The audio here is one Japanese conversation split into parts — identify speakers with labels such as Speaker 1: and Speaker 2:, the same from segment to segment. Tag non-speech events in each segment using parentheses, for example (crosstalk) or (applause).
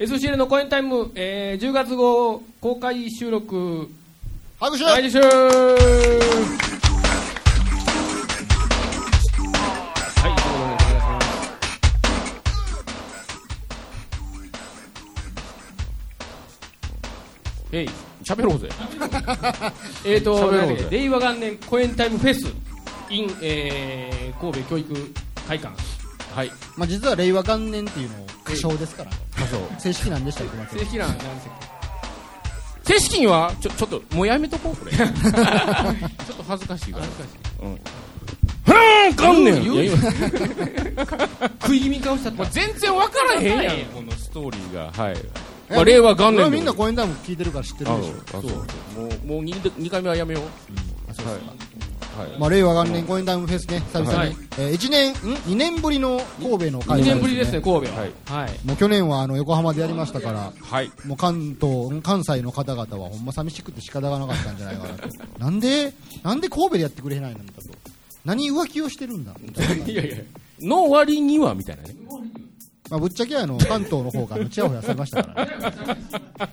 Speaker 1: SCL の公演タイム、えー、10月号公開収録
Speaker 2: 拍手
Speaker 1: 来週はい、ということでございますえい、
Speaker 3: 喋ろう
Speaker 1: (laughs)
Speaker 3: ぜ。
Speaker 1: えーと、
Speaker 3: 喋ろうぜ
Speaker 1: なんだっけ令和元年公演タイムフェス in、えー、神戸教育会館
Speaker 3: はい。
Speaker 2: まあ実は令和元年っていうのを歌唱ですから
Speaker 3: 仮想。
Speaker 2: 正式なんでしたっけ松
Speaker 1: 正
Speaker 2: 井
Speaker 1: 式ななんですけ
Speaker 3: 正式には、ちょ、ちょっと、もうやめとこう、 (laughs) これ。ちょっと恥ずかしいから。うん。ふーん、かんねん。いや今
Speaker 1: 食い気味顔しちゃった
Speaker 3: もう全然わからへんやん、このストーリーが。はい。
Speaker 2: え
Speaker 3: まあ、令和元
Speaker 2: これは
Speaker 3: 年で。
Speaker 2: みんな公演タイム聞いてるから知ってる
Speaker 3: あ
Speaker 2: でし
Speaker 3: そうそうもう、もう二度二回目はやめよう。はい。
Speaker 2: ょ
Speaker 3: は
Speaker 2: まあ令和元年公演タイムフェスね久々に、
Speaker 1: はい
Speaker 2: えー、1年ん2年ぶりの神戸の開
Speaker 1: 2
Speaker 2: 催
Speaker 1: 年ぶりですね、神戸は。
Speaker 3: は
Speaker 1: はいい。
Speaker 2: もう去年はあの横浜でやりましたから
Speaker 3: い。はい。
Speaker 2: もう関東ん関西の方々はほんま寂しくて仕方がなかったんじゃないかなと
Speaker 3: (laughs)
Speaker 2: なんでなんで神戸でやってくれないのかと何浮気をしてるんだ、
Speaker 3: (laughs) いやいや。の割には、みたいなね。
Speaker 2: まあ、ぶっちゃけあの関東の方があのちやほやされましたから、ね、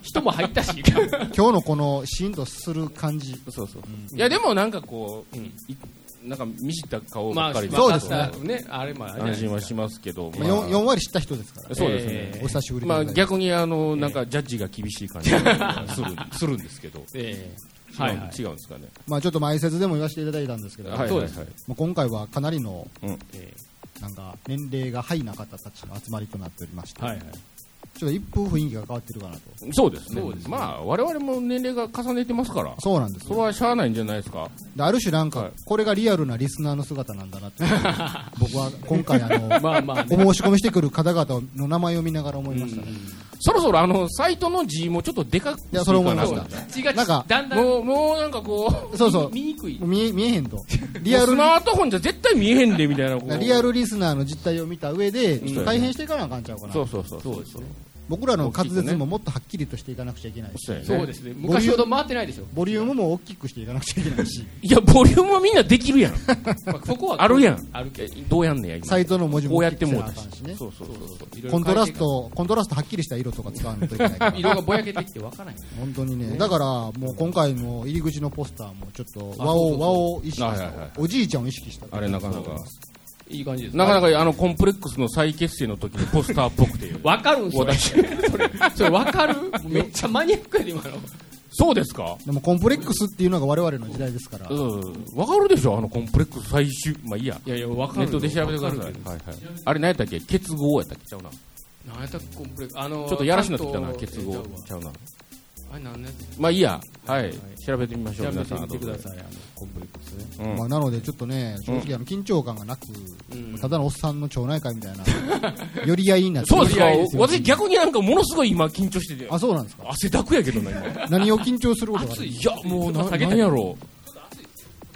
Speaker 1: (laughs) 人も入ったし。
Speaker 2: 今日のこのシーンとする感じ
Speaker 3: そうそう。いや、でもなんかこう、いなんか見知った顔ばっかりで
Speaker 2: そうですね
Speaker 1: まあね。あれもあれじゃない
Speaker 3: 安
Speaker 1: です
Speaker 3: 心
Speaker 1: か
Speaker 3: はしますけど、まあ
Speaker 2: 4, 4割知った人ですから
Speaker 3: そうですね。
Speaker 2: お久しぶりでご
Speaker 3: ま
Speaker 2: ざ
Speaker 3: あ
Speaker 2: います、
Speaker 3: 逆にあの、なんかジャッジが厳しい感じがするするんですけど、
Speaker 1: ええ
Speaker 3: は
Speaker 1: はいいはい。
Speaker 3: 違うんですかね。
Speaker 2: まあ、ちょっと前説でも言わせていただいたんですけど、
Speaker 3: はい
Speaker 1: そうです
Speaker 3: はい
Speaker 2: まあ、今回はかなりの
Speaker 3: うん
Speaker 2: なんか年齢がハイな方たちの集まりとなっておりまして、
Speaker 1: はいはい。
Speaker 2: ちょっと一風雰囲気が変わってるかなと
Speaker 3: そうですね
Speaker 1: そうです。ね
Speaker 3: まあ我々も年齢が重ねてますから、
Speaker 2: そうなんです
Speaker 3: それ
Speaker 2: よ
Speaker 3: はしゃあないんじゃないですか。
Speaker 2: である種なん
Speaker 3: は
Speaker 2: か
Speaker 3: い
Speaker 2: これがリアルなリスナーの姿なんだなって
Speaker 3: (laughs)
Speaker 2: 僕は今回あの、
Speaker 1: まあまあね。
Speaker 2: お申し込みしてくる方々の名前を見ながら思いましたね、
Speaker 3: そろそろあのサイトの字もちょっとでかくして
Speaker 2: いやそれ思いま
Speaker 3: か
Speaker 2: し
Speaker 3: な
Speaker 2: た
Speaker 1: 違う
Speaker 2: なんか
Speaker 1: だんだん
Speaker 3: もうもうなんかこう。
Speaker 2: そうそう
Speaker 1: 見にくい。
Speaker 2: 見え見えへんとリ
Speaker 3: リ
Speaker 2: ア
Speaker 3: ア
Speaker 2: ル
Speaker 3: ルスマートフォンじゃ絶対見えへんでみたいなこう
Speaker 2: リアルリスナーの実態を見た上でちょっと改変していかなあかんちゃうかな
Speaker 3: そうそうそうそうですね
Speaker 2: 僕らの滑舌ももっとはっきりとしていかなくちゃいけないし、
Speaker 3: そうやね
Speaker 1: そうですね。昔ほど回ってないでしょ。
Speaker 2: ボリュームも大きくしていかなくちゃいけないし
Speaker 3: いやボリュームはみんなできるやん
Speaker 1: まあそこは。
Speaker 3: あるやん
Speaker 1: あるけど。
Speaker 3: どうやんねや今
Speaker 2: サイトの文字も
Speaker 3: こうや
Speaker 2: 大
Speaker 3: っ
Speaker 2: き
Speaker 3: て
Speaker 2: くせ
Speaker 3: も
Speaker 2: な
Speaker 3: う
Speaker 2: あ
Speaker 3: た
Speaker 2: かんしね
Speaker 3: そうそうそうそう
Speaker 1: いろいろ
Speaker 2: コントラストコントラストはっきりした色とか使わないといけないか
Speaker 3: (laughs)
Speaker 1: 変えていかん。
Speaker 2: ら
Speaker 1: 色がぼやけてきてわからない。
Speaker 2: 本当にねだからもう今回の入り口のポスターもちょっと和
Speaker 1: あそうそうそ
Speaker 2: を
Speaker 1: う
Speaker 2: 和を意識した、
Speaker 3: はいはいはい
Speaker 2: おじいちゃんを意識した
Speaker 3: あれなかなか
Speaker 1: いい感じです。
Speaker 3: なかなかあのコンプレックスの再結成の時のポスターっぽくて
Speaker 1: わかるんすよ。
Speaker 3: 私
Speaker 1: それ、それわかるめっちゃマニアックやで、今の。
Speaker 3: そうですか
Speaker 2: でもコンプレックスっていうのが我々の時代ですから、
Speaker 3: うんわかるでしょあのコンプレックス最終まあいいや
Speaker 1: いやいや、わかる。
Speaker 3: ネットで調べてください
Speaker 1: わか
Speaker 3: はい
Speaker 1: るけど
Speaker 3: はいあれ何やったっけ結合やったっけちゃうなち
Speaker 1: 何やったっけコンプレックス。あのー、
Speaker 3: ょっとやらしなってきたな
Speaker 1: 関東
Speaker 3: 結合
Speaker 1: えー
Speaker 3: ちゃうな
Speaker 1: あれ何ね
Speaker 3: まあいいやはい調べてみましょう
Speaker 1: 調べ
Speaker 3: 皆
Speaker 1: て
Speaker 3: さん
Speaker 1: みてくだ
Speaker 3: 後
Speaker 1: さい、あの、コンプレックスね。
Speaker 3: でうん
Speaker 2: まあ、なのでちょっとね正直あの緊張感がなく、
Speaker 1: うん
Speaker 2: ただのおっさんの町内会みたいな寄り合いになって
Speaker 3: そうですか
Speaker 2: 寄り合いよ
Speaker 3: 私逆になんかものすごい今緊張してて
Speaker 2: あそうなんですか
Speaker 3: 汗だくやけどな今
Speaker 2: 何を緊張することがある
Speaker 1: 暑い
Speaker 3: いや、もうな、
Speaker 1: 下
Speaker 3: な
Speaker 1: げた
Speaker 3: んやろ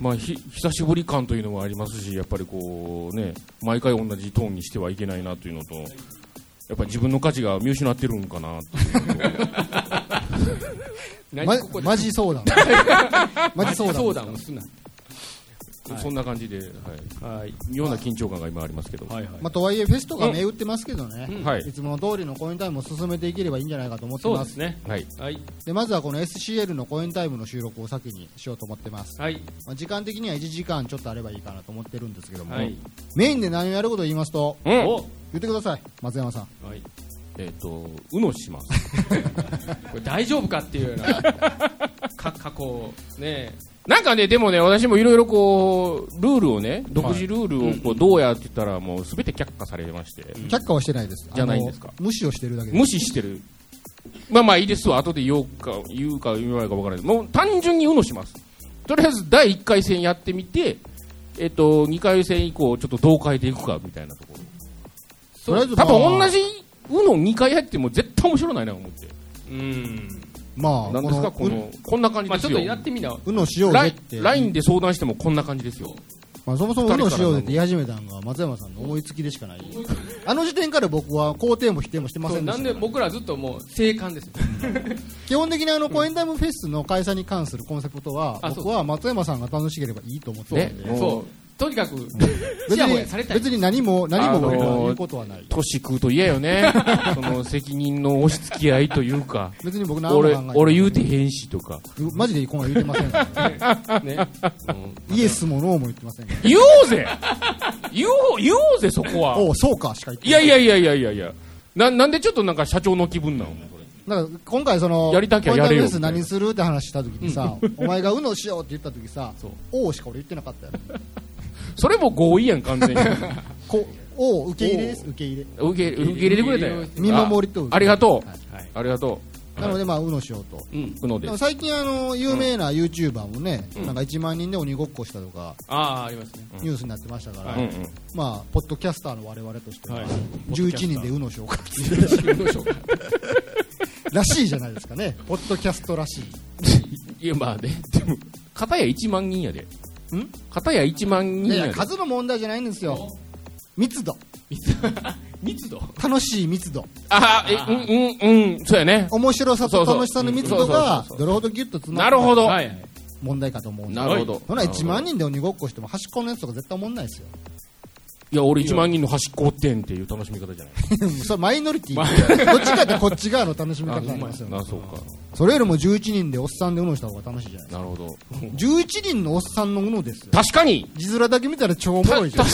Speaker 3: う。まあ、ひ、久しぶり感というのもありますし、やっぱりこう、ね、毎回同じトーンにしてはいけないなというのと、やっぱり自分の価値が見失ってるんかなっていうのと
Speaker 1: 何
Speaker 2: ま
Speaker 1: ここで
Speaker 2: マジ相談
Speaker 3: (laughs)
Speaker 2: マジ相談
Speaker 1: 相談をすな。はい
Speaker 3: そんな感じで、はい。
Speaker 1: はい。
Speaker 3: 妙な緊張感が今ありますけど。。
Speaker 1: はいいはい。
Speaker 2: まあ、とはいえフェスとか銘打ってますけどね、
Speaker 3: はい
Speaker 2: いつもの通りのコインタイムを進めていければいいんじゃないかと思って
Speaker 1: そう
Speaker 2: ま
Speaker 1: ですすね。
Speaker 3: はい。
Speaker 1: はい。
Speaker 2: でまずはこの SCL のコインタイムの収録を先にしようと思ってます、
Speaker 1: はい。
Speaker 2: まあ時間的には1時間ちょっとあればいいかなと思ってるんですけども、
Speaker 1: はい。
Speaker 2: メインで何をやることを言いますと
Speaker 3: うん。
Speaker 1: お
Speaker 2: 言ってください松山さん
Speaker 1: はい。
Speaker 3: えっ、と、うのします。
Speaker 1: これ大丈夫かっていうような、 (laughs) か、過去、ね
Speaker 3: なんかね、でもね、私もいろいろこう、ルールをね、独自ルールをこう、どうやって言ったら、もうすべて却下されまして、
Speaker 2: 却下はしてないです
Speaker 3: じゃないんですか
Speaker 2: あの無視をしてるだけです
Speaker 3: 無視してる。まあまあいいですわ。後で言おうか、言うか言わないか分からないです。もう単純にうのします。とりあえず第1回戦やってみて、えっと、2回戦以降、ちょっとどう変えていくかみたいなとこと
Speaker 2: りあえず
Speaker 3: ろ。多分
Speaker 2: ま
Speaker 3: 同
Speaker 2: あ
Speaker 3: じうの2回やっても絶対面白ないな思って。
Speaker 1: うん。
Speaker 2: まあ
Speaker 3: なんですか、こ
Speaker 2: この
Speaker 3: の、こんな感じ
Speaker 1: まあ
Speaker 3: で
Speaker 1: ちょ
Speaker 3: す
Speaker 1: っと
Speaker 3: よ。
Speaker 1: やってみな。
Speaker 2: うのしようぜ
Speaker 3: ラ
Speaker 2: っ
Speaker 3: イ
Speaker 2: て
Speaker 3: ンラインで相談してもこんな感じですよ。
Speaker 2: まあ、そもそもうのしようぜって
Speaker 3: 二
Speaker 2: 言い始めたのが松山さんの思いつきでしかないあの時点から僕は肯定も否定もしてま
Speaker 1: そ
Speaker 2: せ
Speaker 1: うん
Speaker 2: で
Speaker 1: な
Speaker 2: し
Speaker 1: ん
Speaker 2: た
Speaker 1: で
Speaker 2: から
Speaker 1: 僕らずっともう、生還です。
Speaker 2: 基本的にあのコエンタイムフェスの開催に関するコンセプトは
Speaker 1: あそう
Speaker 2: 僕は松山さんが楽しければいいと思って
Speaker 3: ね
Speaker 2: るんで、
Speaker 1: そう
Speaker 3: もう
Speaker 1: とにか (laughs) く、
Speaker 2: 別
Speaker 1: ちやほ
Speaker 2: に
Speaker 1: やされたい。
Speaker 2: 別に何も何も俺
Speaker 3: あ
Speaker 2: から
Speaker 3: のー
Speaker 2: 言うことはない
Speaker 3: 年食うと嫌よ
Speaker 2: (laughs)
Speaker 3: ね。その責任の押し付け合いというか、
Speaker 2: 別に僕何も考え
Speaker 3: 俺
Speaker 2: てな、い
Speaker 3: 俺言うてへんしとか。
Speaker 2: マジでこんなん言うてませんからね
Speaker 1: ね、
Speaker 2: イエスもノーも言ってませんから
Speaker 3: 言おうぜ言おう、言おうぜ、そこは。
Speaker 2: おうそうかしか言って
Speaker 3: いやい
Speaker 2: や
Speaker 3: やいやいやいやいや。な、なんでちょっとなんか社長の気分なのこれ
Speaker 2: だから今回その
Speaker 3: やりたきゃやれよ
Speaker 2: こういったニュース何するって話した時にさ、お前が「うのしよう」って言った時さ
Speaker 3: そう
Speaker 2: 「おう」しか俺言ってなかったよね
Speaker 3: それも合意やん、完全に。
Speaker 2: こ「おう」受け入れです受け入れ
Speaker 3: 受け、受け入れてくれたよ。
Speaker 2: 見守りと受け入れ
Speaker 3: あありがとう
Speaker 2: はい
Speaker 1: はい。
Speaker 3: ありがと
Speaker 2: なのでまあ「うのしよう」と
Speaker 3: う。うん、うので
Speaker 2: でも。最近あの有名な YouTuber もね、なんか1万人で鬼ごっこしたとか
Speaker 1: ああ、ありますね。 (laughs)
Speaker 2: ニュースになってましたから、
Speaker 3: うんうん。
Speaker 2: まあポッドキャスターの我々としては、
Speaker 1: はい
Speaker 2: 11人でうのしようか
Speaker 1: どうでしょうか。
Speaker 2: らしいじゃないですかねポッドキャストらしい
Speaker 3: いや、まあね、でも、片や1万人やで。ん片や1万人
Speaker 2: いや
Speaker 3: やで。
Speaker 2: 数の問題じゃないんですよ密度
Speaker 1: 密度
Speaker 2: 楽しい密度
Speaker 3: ああ、え、うん、うん、うん、そうやね。
Speaker 2: 面白さと楽しさの密度が
Speaker 3: そうそうそうそうそうそう
Speaker 2: どれほどギュッと詰ま
Speaker 3: なるほ
Speaker 2: っ
Speaker 3: ど
Speaker 2: た
Speaker 1: はいはい。
Speaker 2: 問題かと思うんで
Speaker 3: なるほど。
Speaker 2: ほな1万人で鬼ごっこしても端っこのやつとか絶対思んないですよ
Speaker 3: いや、俺1万人の端っこってんっていう楽しみ方じゃない。
Speaker 2: それマイノリティどっちかってこっち側の楽しみ方になりますよね
Speaker 3: あ、そうか。
Speaker 2: それよりも11人でおっさんでうのした方が楽しいじゃない
Speaker 3: なるほど。
Speaker 2: 11人のおっさんのうのですよ
Speaker 3: 確かに
Speaker 2: 字面だけ見たら超おもろいじゃん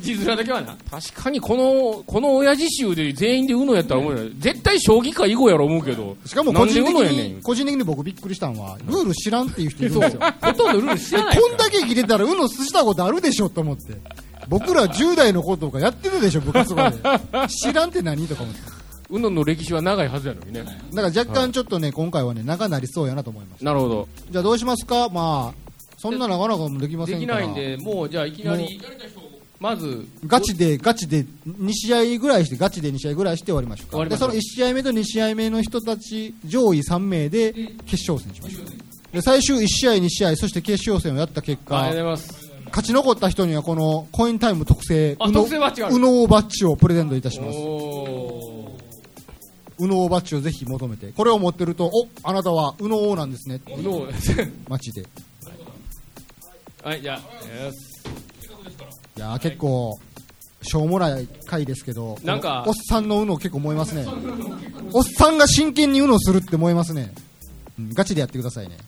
Speaker 1: 地面だけはな。
Speaker 3: 確かにこの、この親父衆で全員で UNO やったら思うよ。絶対将棋か囲碁やろ思うけど。
Speaker 2: しかも個人的
Speaker 3: なんで UNO やね
Speaker 2: に
Speaker 3: ん
Speaker 2: 個人的に僕びっくりしたのはルール知らんっていう人いるん
Speaker 1: そ
Speaker 2: で
Speaker 1: う。
Speaker 2: すよ
Speaker 1: ほとんどルール知らない
Speaker 2: こんだけ切れたらうのしたことあるでしょと思って僕ら10代の子とかやってるでしょ部活とかで知らんって何とか思って
Speaker 3: UNO の歴史は長いはずやのにね。
Speaker 2: だから若干ちょっとね今回はね長なりそうやなと思います
Speaker 3: なるほど。
Speaker 2: じゃあどうしますかまあそんななかなかもできませ
Speaker 1: でき
Speaker 2: んか
Speaker 1: な
Speaker 2: ら
Speaker 1: いんで、もうじゃあいきなり、まず、
Speaker 2: ガチでガチで2試合ぐらいしてガチで2試合ぐらいして終わりましょう
Speaker 1: 終わ
Speaker 2: か
Speaker 1: り
Speaker 2: で
Speaker 1: まし
Speaker 2: そ
Speaker 1: ょう
Speaker 2: の1試合目と2試合目の人たち上位3名で決勝戦しましょうで最終1試合2試合そして決勝戦をやった結
Speaker 1: ありが
Speaker 2: 果
Speaker 1: とうございます。
Speaker 2: 勝ち残った人にはこのコインタイム特製
Speaker 1: あ
Speaker 2: うの
Speaker 1: 特製バッジがある
Speaker 2: うのおバッジをプレゼントいたします
Speaker 1: お
Speaker 2: うのおバッジをぜひ求めてこれを持ってるとおあなたはうのおなんですねって
Speaker 1: ー。
Speaker 3: (laughs)
Speaker 1: の、
Speaker 2: 街でい
Speaker 1: はい、じゃあ、よし
Speaker 2: やー結構しょうもない回ですけど
Speaker 1: なんか
Speaker 2: おっさんのうの結構燃えますねおっさんが真剣にうのするって燃えますね、うん、ガチでやってくださいね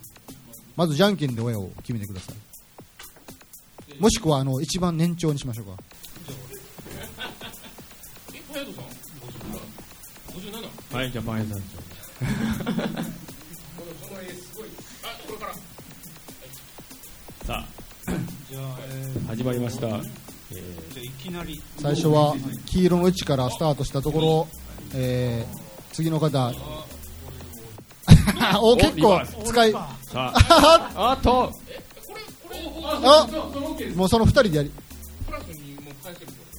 Speaker 2: まずじゃんけんで親を決めてくださいもしくはあの一番年長にしましょうか
Speaker 1: はい、じゃあ、パン屋さ
Speaker 3: (laughs)
Speaker 1: ん。さあ、始まりました。
Speaker 2: 最初は黄色の位置からスタートしたところ、えー、次の方 (laughs) お結構使い
Speaker 1: さ
Speaker 2: あ
Speaker 1: あ、あと、
Speaker 2: もうその二人でやり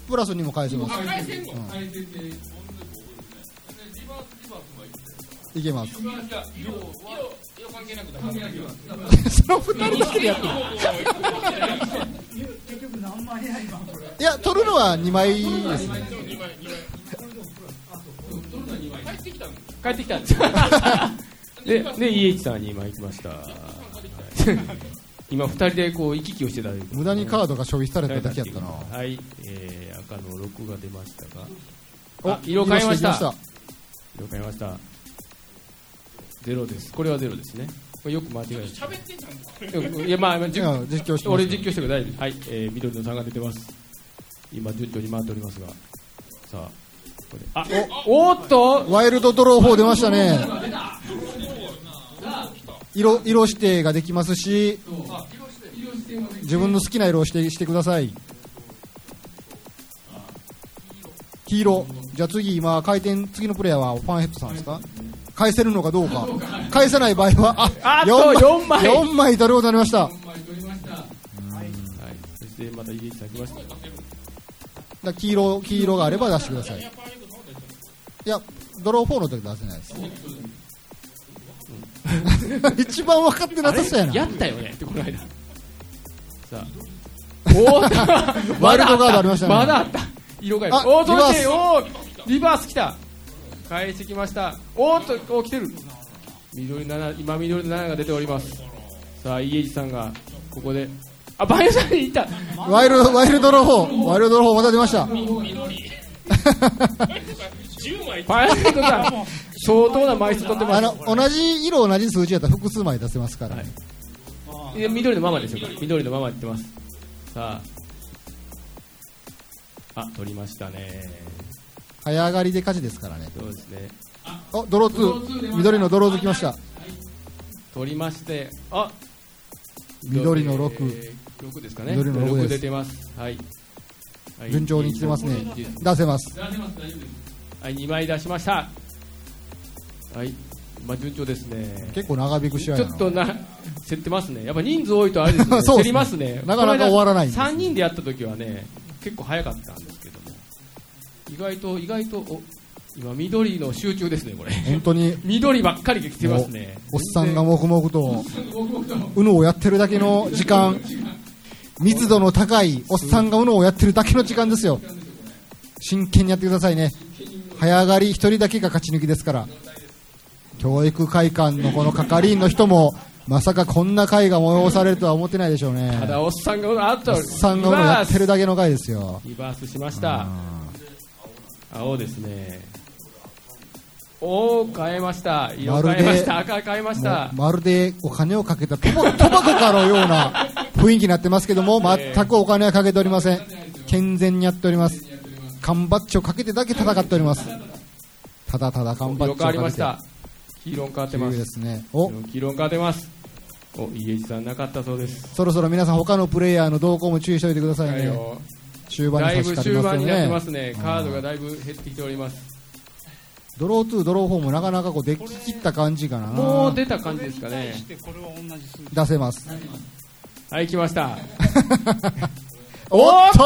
Speaker 2: プラスにも返せますうんいけますその二人だけでやってるいや取るのは二枚ですね
Speaker 1: 帰ってきたんです。で、で、イエイチさんに今行きま
Speaker 3: (laughs)
Speaker 1: した。今、二人でこう、行き来をしてたということ
Speaker 2: 無駄にカードが消費されただけやったな
Speaker 1: はい、えー、赤の六が出ましたが、
Speaker 2: お
Speaker 1: あ色変えました
Speaker 2: 色してき
Speaker 1: 了解ました。ゼロです。これはゼロですね。これよく間違えた。喋ってんじゃん。いや、まあ、じゅ
Speaker 2: ましたいや実況してま
Speaker 1: 俺
Speaker 2: し
Speaker 1: 実況してください。はい、えー、緑の3が出てます。今、順調に回っておりますが。さあ、これ。あ、お、おーっと
Speaker 2: たワイルドドロー4出ましたね色色指定ができますし自分の好きな色を指定してください黄色じゃあ次今回転次のプレイヤーはファンヘッドさんですか返せるのかどうか返せない場合は
Speaker 1: あと4枚
Speaker 2: 4枚取ることになりましただか
Speaker 1: はい、そしてまたイギリスさん来ました。
Speaker 2: ら黄色黄色があれば出してくださいいやドロー4の時出せないです (laughs) 一番分かってなさそうやな
Speaker 1: (laughs) やったよねってこの間。さ
Speaker 2: (laughs)
Speaker 1: あ、おーっと
Speaker 2: ワイ
Speaker 1: まだ
Speaker 2: ルド
Speaker 1: あ
Speaker 2: カードあ
Speaker 1: っ
Speaker 2: りま
Speaker 1: た
Speaker 2: したね
Speaker 1: まだあった。色がいい。お
Speaker 2: あ
Speaker 1: ー、そして、
Speaker 2: リ
Speaker 1: おー、リバース来た。返してきました。おーっと、おー来てる。緑の7、今緑の7が出ております。さあ、イエイジさんが、ここで、
Speaker 3: あ、バイオさんにいた。
Speaker 2: ワイルド、ワイルドの方、ワイルドの方また出ました。
Speaker 3: バイオさん
Speaker 1: (laughs)
Speaker 3: とさ、相当な枚数取ってま
Speaker 2: あ
Speaker 3: す。
Speaker 2: の、同じ色同じ数字やったら複数枚出せますから。
Speaker 1: はいいや緑のままですよ。緑のまま言ってます。さあ。あ、取りましたね。
Speaker 2: 早上がりで勝ちですからね。
Speaker 1: そうですね。
Speaker 2: お、ドロー2。緑のドロー2来ました。
Speaker 1: 取りまして、あ
Speaker 2: 緑の6。
Speaker 1: えー六ですかね。
Speaker 2: 緑の六です
Speaker 1: 六出てます。はい。はい
Speaker 2: 順調に来てますね
Speaker 1: いいです
Speaker 2: 出せます。
Speaker 1: はい、二枚出しました。はい。まあ順調ですね。
Speaker 2: 結構長引く試合
Speaker 1: ち
Speaker 2: や
Speaker 1: ょ
Speaker 2: な
Speaker 1: っとな、競ってますね。やっぱ人数多いとあれです
Speaker 2: (laughs) そ
Speaker 1: ね。競
Speaker 2: うですね
Speaker 1: りますね。
Speaker 2: なかなか終わらないんです
Speaker 1: 3人でやった時はね、結構早かったんですけども。意外と、意外と、お今、緑の集中ですね、これ。 (laughs)
Speaker 2: 本当に、
Speaker 1: 緑ばっかり来てますね。
Speaker 2: おっさんが黙々と、うのをやってるだけの時間、密度の高いおっさんがうのをやってるだけの時間ですよ。真剣にやってくださいね。早上がり一人だけが勝ち抜きですから。教育会館のこの係員の人も、まさかこんな会が催されるとは思ってないでしょうね。
Speaker 1: ただ、おっさんが、あと、
Speaker 2: おっさんがうのやってる
Speaker 1: リバー
Speaker 2: だけの会ですよ
Speaker 1: ス。。リバースしました。青ですね。おお変えました。色
Speaker 2: まる
Speaker 1: 変
Speaker 2: で
Speaker 1: えました。赤変えました。
Speaker 2: まるでお金をかけたトバトバコかのような雰囲気になってますけども、全くお金はかけておりません。健全にやっております。缶バッジをかけてだけ戦っております。ただただ缶バッ
Speaker 1: 色
Speaker 2: ジを
Speaker 1: 変わり
Speaker 2: か
Speaker 1: ま
Speaker 2: け。
Speaker 1: してた。黄色に変わって
Speaker 2: とい
Speaker 1: ま
Speaker 2: う
Speaker 1: す
Speaker 2: で。すね。お、
Speaker 1: 議論が出ますお家路さんなかったそうです、
Speaker 2: そろそろ皆さん他のプレイヤーの動向も注意しておいてくださいね。終盤に
Speaker 1: だい
Speaker 2: 差し
Speaker 1: ぶ終
Speaker 2: 掛か
Speaker 1: 盤
Speaker 2: り
Speaker 1: になって
Speaker 2: ま
Speaker 1: ますす
Speaker 2: よ
Speaker 1: ね
Speaker 2: ね。
Speaker 1: カードがだいぶ減ってきております
Speaker 2: ドロー2、ドロー4もなかなかこうデッキ切った感じかな。
Speaker 1: もう出た感じですか
Speaker 4: これに
Speaker 1: ね
Speaker 4: 対してこれは同じ数字
Speaker 2: 出せます。
Speaker 1: はい来ました
Speaker 2: おっと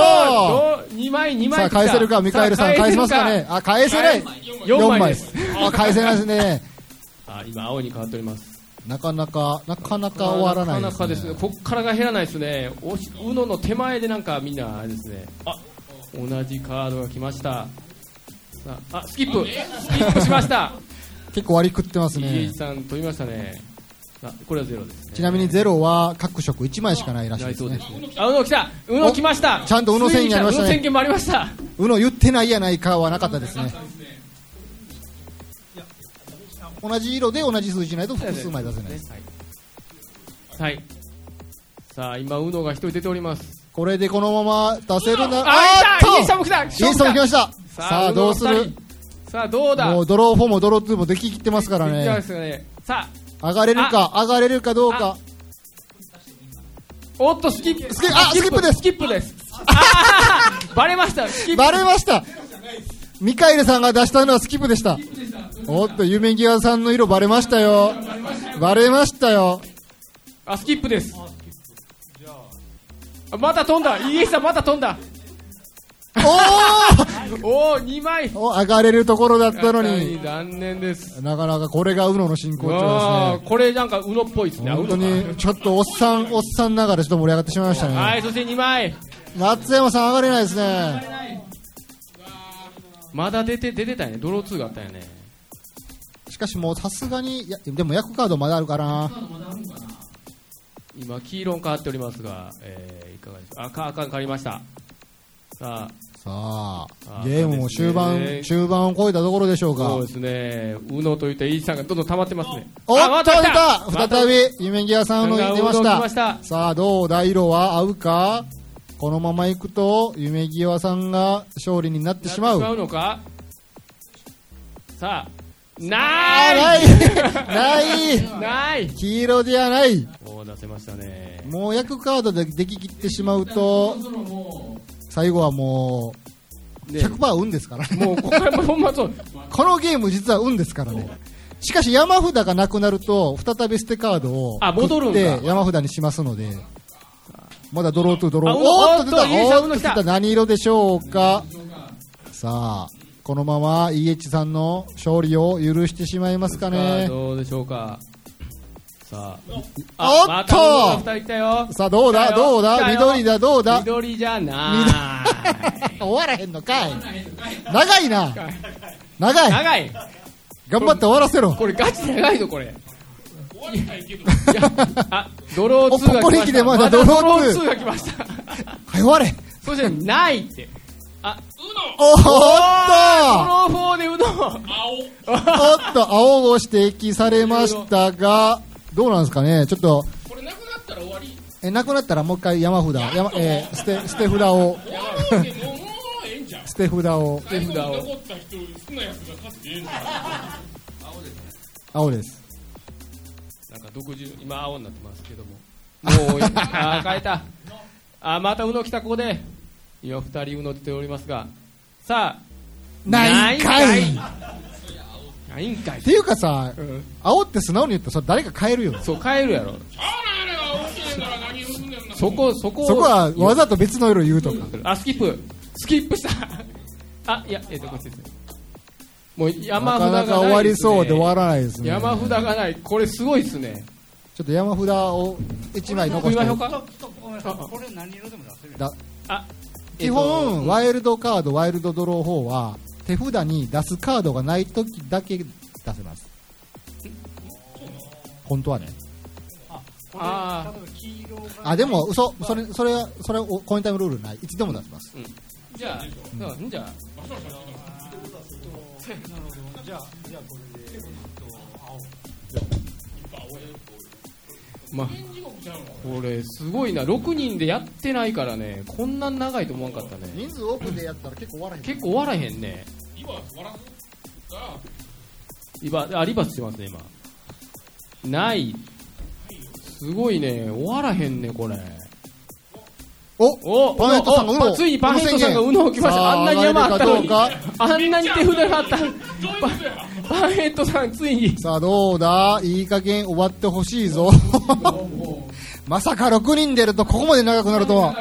Speaker 1: 2枚2
Speaker 2: さ
Speaker 1: 枚
Speaker 2: あ返せるか、ミカエルさん返せますかね。あ、返せない。
Speaker 1: 4枚
Speaker 2: 枚
Speaker 1: で
Speaker 2: です
Speaker 1: す。
Speaker 2: あ、返せないですね。
Speaker 1: あ今青に変わっております
Speaker 2: なかなか、なかなか終わらない
Speaker 1: なかなかで
Speaker 2: で
Speaker 1: すす
Speaker 2: ね
Speaker 1: ね。こっからが減らないですねおしうのの手前でなんかみんなあれですねあ同じカードが来ましたさああスキップスキップしました
Speaker 2: 結構割り食ってます
Speaker 1: 家
Speaker 2: ね
Speaker 1: 路。さん取りましたねあこれはゼロですね
Speaker 2: ちなみにゼロは各色1枚しかないらしい
Speaker 1: な
Speaker 2: で
Speaker 1: い
Speaker 2: す
Speaker 1: そうで
Speaker 2: ね
Speaker 1: す。ね。あ、うの来た。うの来ました。
Speaker 2: ちゃんとうの宣言やりましたね
Speaker 1: ついに来うの宣言もありました。
Speaker 2: うの言ってないやないかはなかったですね。同じ色で同じ数字じゃないと複数枚出せないです。
Speaker 1: はい。はい。さあ、今うのが一人出ております。
Speaker 2: これでこのまま出せるなら、
Speaker 1: あ、いた。イエスさん
Speaker 2: っ
Speaker 1: も来た。
Speaker 2: とイエスさんも来ましたさあどうす。
Speaker 1: うの
Speaker 2: る
Speaker 1: 二人さあ、どうだ。
Speaker 2: もうドロー4もドロー2もでき切ってますから
Speaker 1: いってま
Speaker 2: ね。
Speaker 1: すよね。さあ、
Speaker 2: 上がれるか、上がれるかどうか。
Speaker 1: おっとスキップ。
Speaker 2: スキップあ
Speaker 1: ス
Speaker 2: ス
Speaker 1: キップです。
Speaker 2: (laughs)
Speaker 1: あーバレました。スキップ。
Speaker 2: バレましたミカエルさんが出したのはスキップでしたおっと夢際さんの色バレましたよバレましたよ
Speaker 1: あ、スキップです。あまた飛んだ。イエスさんまた飛んだ。おお、二枚。
Speaker 2: おお上がれるところだったのに
Speaker 1: 残念です。
Speaker 2: なかなかこれがウノの進行
Speaker 1: あ
Speaker 2: 調
Speaker 1: ーこれなんかうのっぽいですね。
Speaker 2: ですね本当
Speaker 1: うの
Speaker 2: にちょっとおっさんおっさんながらちょっと盛り上がってしまいました
Speaker 1: かは
Speaker 2: ね
Speaker 1: い、そして2枚。
Speaker 2: 松山さん上がれないですね
Speaker 1: まだ出て、出てたよね。ドロー2があったよね。
Speaker 2: しかしもうさすがにいやでも役カードまだあるかな
Speaker 1: 今、黄色に変わっておりますが、えー、いかがでしょうか。赤、赤に変わりました。さ
Speaker 2: さ
Speaker 1: あ
Speaker 2: あゲームも終
Speaker 1: そうで
Speaker 2: 盤
Speaker 1: す
Speaker 2: 終盤を超えたところでしょ
Speaker 1: あ、
Speaker 2: うか
Speaker 1: そうですね。うのといったイーさんがどんどん溜まってますね。
Speaker 2: おっ
Speaker 1: あ
Speaker 2: と出
Speaker 1: ま
Speaker 2: た
Speaker 1: ま
Speaker 2: 再び夢際さんの出まし
Speaker 1: 出
Speaker 2: た
Speaker 1: ました
Speaker 2: さあどう大色は合うかこのまま行くと夢際さんが勝利になってしまう
Speaker 1: なってしまうのかさあ、
Speaker 2: あ
Speaker 1: な
Speaker 2: ないい (laughs) な
Speaker 1: な
Speaker 2: い
Speaker 1: い
Speaker 2: 黄色ではない
Speaker 1: おー出せましたね。
Speaker 2: もう役カードででき切ってしまうと最後はもう
Speaker 1: ね
Speaker 2: 100%運ですからね
Speaker 1: もう、ここからもうほんま
Speaker 2: (laughs)
Speaker 1: そう。
Speaker 2: このゲーム実は運ですからねしかし山札がなくなると再び捨てカードを
Speaker 1: あ戻るんだ
Speaker 2: で山札にしますのでまだドロートゥドロ
Speaker 1: あ
Speaker 2: ーおーっと出た
Speaker 1: おーっといい勝負
Speaker 2: お
Speaker 1: の
Speaker 2: ーっと
Speaker 1: 来
Speaker 2: 出
Speaker 1: た
Speaker 2: た何色でしょうかさあこのまま EH さんの勝利を許してしまいます
Speaker 1: さ
Speaker 2: か
Speaker 1: あ
Speaker 2: ね
Speaker 1: どうでしょうか。さあ、
Speaker 2: おっと
Speaker 1: また二人来たよ。
Speaker 2: さあどうだ
Speaker 1: 来たよ
Speaker 2: どうだ
Speaker 1: 来たよ
Speaker 2: 緑だどうだ
Speaker 1: 緑じゃな。
Speaker 2: (laughs) 終わらへんのかい長いない長い
Speaker 1: 長い。
Speaker 2: 頑張って終わらせろ
Speaker 1: これガチで長いぞこれ。
Speaker 4: 終わりたいけど、
Speaker 2: (laughs)
Speaker 1: あ、ドロー2が来
Speaker 2: おこ
Speaker 1: ま
Speaker 2: こに
Speaker 1: し
Speaker 2: 来
Speaker 1: た。
Speaker 2: てまだ
Speaker 1: ドロ
Speaker 2: ドロー
Speaker 1: ー
Speaker 2: ツー
Speaker 1: 2が来ました。
Speaker 2: はよわれ
Speaker 1: そして、ないって。
Speaker 4: う
Speaker 2: おーっと
Speaker 1: ドロー4でうどん。
Speaker 4: の、青、
Speaker 2: おっと、青を指摘されましたが、どうなんですかねちょっと、
Speaker 4: これなくなったら終わり。
Speaker 2: え、なくなったらもう一回山札、山、えー捨て、捨て札
Speaker 4: 終
Speaker 2: を、 (laughs)
Speaker 4: わろうぜもう、もうええんじゃん。
Speaker 2: 捨て札を、
Speaker 4: 最後に
Speaker 1: 手札を
Speaker 4: 残った人、好きなやつが勝ってええんじゃん。
Speaker 2: 青です。
Speaker 1: なんか独自、今青になってますけども。もう、あー、変えた。 (laughs) あー、またうの来た、ここで。今、二人うの出ておりますが。さあ、
Speaker 2: ないんかい
Speaker 1: ないん
Speaker 2: っ
Speaker 1: ないんかい
Speaker 2: て。いうかさ、
Speaker 1: うん
Speaker 2: 青って素直に言ったらそれ誰か変えるよ。
Speaker 1: そう、変えるやろ。
Speaker 4: しゃあないあれが落ちてんなら何言うんねんな。
Speaker 1: そこ、そこを
Speaker 2: そこはわざと別の色言うとか。
Speaker 1: あ、スキップ。スキップした。 (laughs) あ、いや、えっ、と、こっちですね。もう山
Speaker 2: な
Speaker 1: 札がない
Speaker 2: かな
Speaker 1: です、ね。
Speaker 2: か終わりそうで終わらないですね。
Speaker 1: 山札がない。これすごいですね。
Speaker 2: ちょっと山札を一枚残
Speaker 1: 食い
Speaker 2: し
Speaker 1: ま
Speaker 2: て
Speaker 1: しょうか。
Speaker 5: これ何色でも出せる
Speaker 2: だ
Speaker 1: え
Speaker 2: 基
Speaker 1: っと
Speaker 2: 本、ワイルドカード、ワイルドドロー4は、手札に出すカードがない時だけ出せます。本当はね。
Speaker 1: あ
Speaker 5: 例えば黄色が
Speaker 2: あ、でも、嘘。それ、それは、それは、コインタイムルールない。いつでも出せます。
Speaker 1: じゃあ、うん、じゃあ、まあ、これすごいな。6人でやってないからね、こんな長いと思わんかったね。
Speaker 2: 人数多くでやったら結構笑
Speaker 1: 結構終わらへんね。
Speaker 4: 今、笑らすが、
Speaker 1: リバあリバースしてますね今ないすごいね終わらへんねこれ
Speaker 2: お
Speaker 1: お
Speaker 2: パンヘッドさんが
Speaker 1: お
Speaker 2: うの
Speaker 1: おついにパンヘッドさんが
Speaker 2: この宣言
Speaker 1: うのをきましたあんなに山あったのに
Speaker 2: さあ上がる
Speaker 1: あんなに手札があったのに
Speaker 4: どういうことや。
Speaker 1: パンヘッドさんついに
Speaker 2: さあ、どうだいい加減終わってほし
Speaker 1: (laughs)
Speaker 2: いぞ。まさか6人出るとここまで長くなるとは。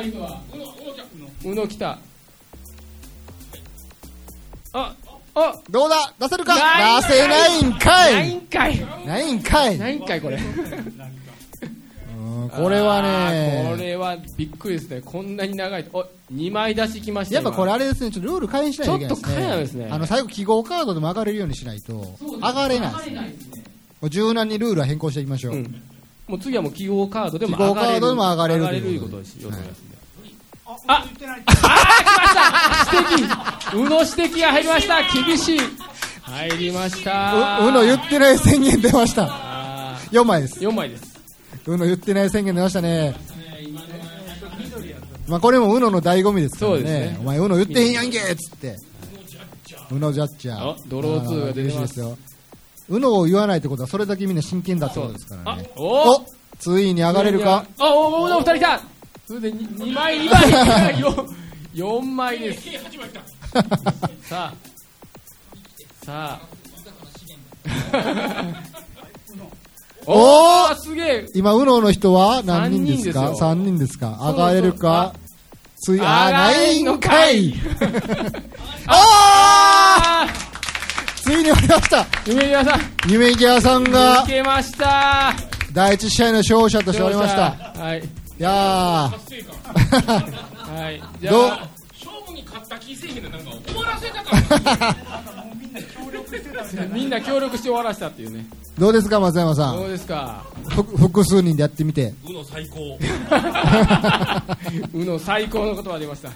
Speaker 1: うの来たああ
Speaker 2: どうだ出せるか
Speaker 1: ない
Speaker 2: 出せないん
Speaker 1: な
Speaker 2: か
Speaker 1: い
Speaker 2: い
Speaker 1: んかい
Speaker 2: ないんかい
Speaker 1: ないんかいこれ
Speaker 2: うんこれは
Speaker 1: あーこ
Speaker 2: ね、
Speaker 1: れはびっくりですねこんなに長いお2枚出しきました
Speaker 2: やっぱこれ
Speaker 1: 今
Speaker 2: あれですね、ちょっとルール変えにしないといけない
Speaker 1: ちょ
Speaker 2: ですね。
Speaker 1: っと変えないですね
Speaker 2: あの、最後記号カードでも上がれるようにしないと、上がれないですね。もう柔軟にルールは変更していきましょう。
Speaker 1: うんもう次はもう記号カードでも
Speaker 2: 記号
Speaker 1: 上
Speaker 2: カ
Speaker 1: がれる
Speaker 2: ードでも上がれる
Speaker 1: 上がれる
Speaker 2: と
Speaker 1: と
Speaker 2: い
Speaker 1: いううこと
Speaker 2: こ
Speaker 1: と
Speaker 2: で
Speaker 1: ですよ、ね
Speaker 5: あ言ってない
Speaker 1: 指摘、うの指摘が入りました、厳しい。入りました。
Speaker 2: ううの言ってない宣言出ました。
Speaker 1: あー
Speaker 2: 4枚です。
Speaker 1: 四枚です。
Speaker 2: うの言ってない宣言出ましたね。まあこれもうのの醍醐味ですから
Speaker 1: そうです
Speaker 2: ね
Speaker 1: ね。
Speaker 2: お前うの言ってへんやんけっつって。うのジャッジャー
Speaker 1: あ。ドローツーが出てます
Speaker 2: あ厳しいよ。うのを言わないってことはそれだけみんな真剣だってことですから
Speaker 1: あ
Speaker 2: ね。、
Speaker 1: お
Speaker 2: おついに上がれるか。
Speaker 1: あ、お、お、お、二人来た。それで二二枚、二 (laughs) 枚、四四枚です。
Speaker 4: 計8枚来た。
Speaker 1: さあ、さあ。お (laughs)
Speaker 2: お
Speaker 1: お、すげえ。
Speaker 2: 今、うのの人は何人ですか
Speaker 1: 三
Speaker 2: ?3 人ですか。
Speaker 1: うそ
Speaker 2: 上
Speaker 1: う
Speaker 2: がれるかつい、あー、
Speaker 1: 上が
Speaker 2: ない
Speaker 1: れん
Speaker 2: ん
Speaker 1: の
Speaker 2: か
Speaker 1: か
Speaker 2: い (laughs)
Speaker 1: いあ
Speaker 2: あーついに終わりま
Speaker 1: (laughs)
Speaker 2: した
Speaker 1: ー、夢宮さん、
Speaker 2: 夢ギアさんが
Speaker 1: 抜けました。
Speaker 2: 第一試合の勝者としておりました。
Speaker 1: はい、
Speaker 2: いやー。
Speaker 1: はい、じゃ
Speaker 2: どう
Speaker 1: あ。
Speaker 4: 勝負に勝った気せえへんで、なんか終わらせたから。
Speaker 1: みんな協力して終わらせたっていうね。
Speaker 2: (laughs) どうですか、松山さ。
Speaker 1: どうんです
Speaker 2: (laughs)
Speaker 1: か。
Speaker 2: ふ複数人でやってみて。
Speaker 4: うの最高。
Speaker 1: うの最高の言葉出ました。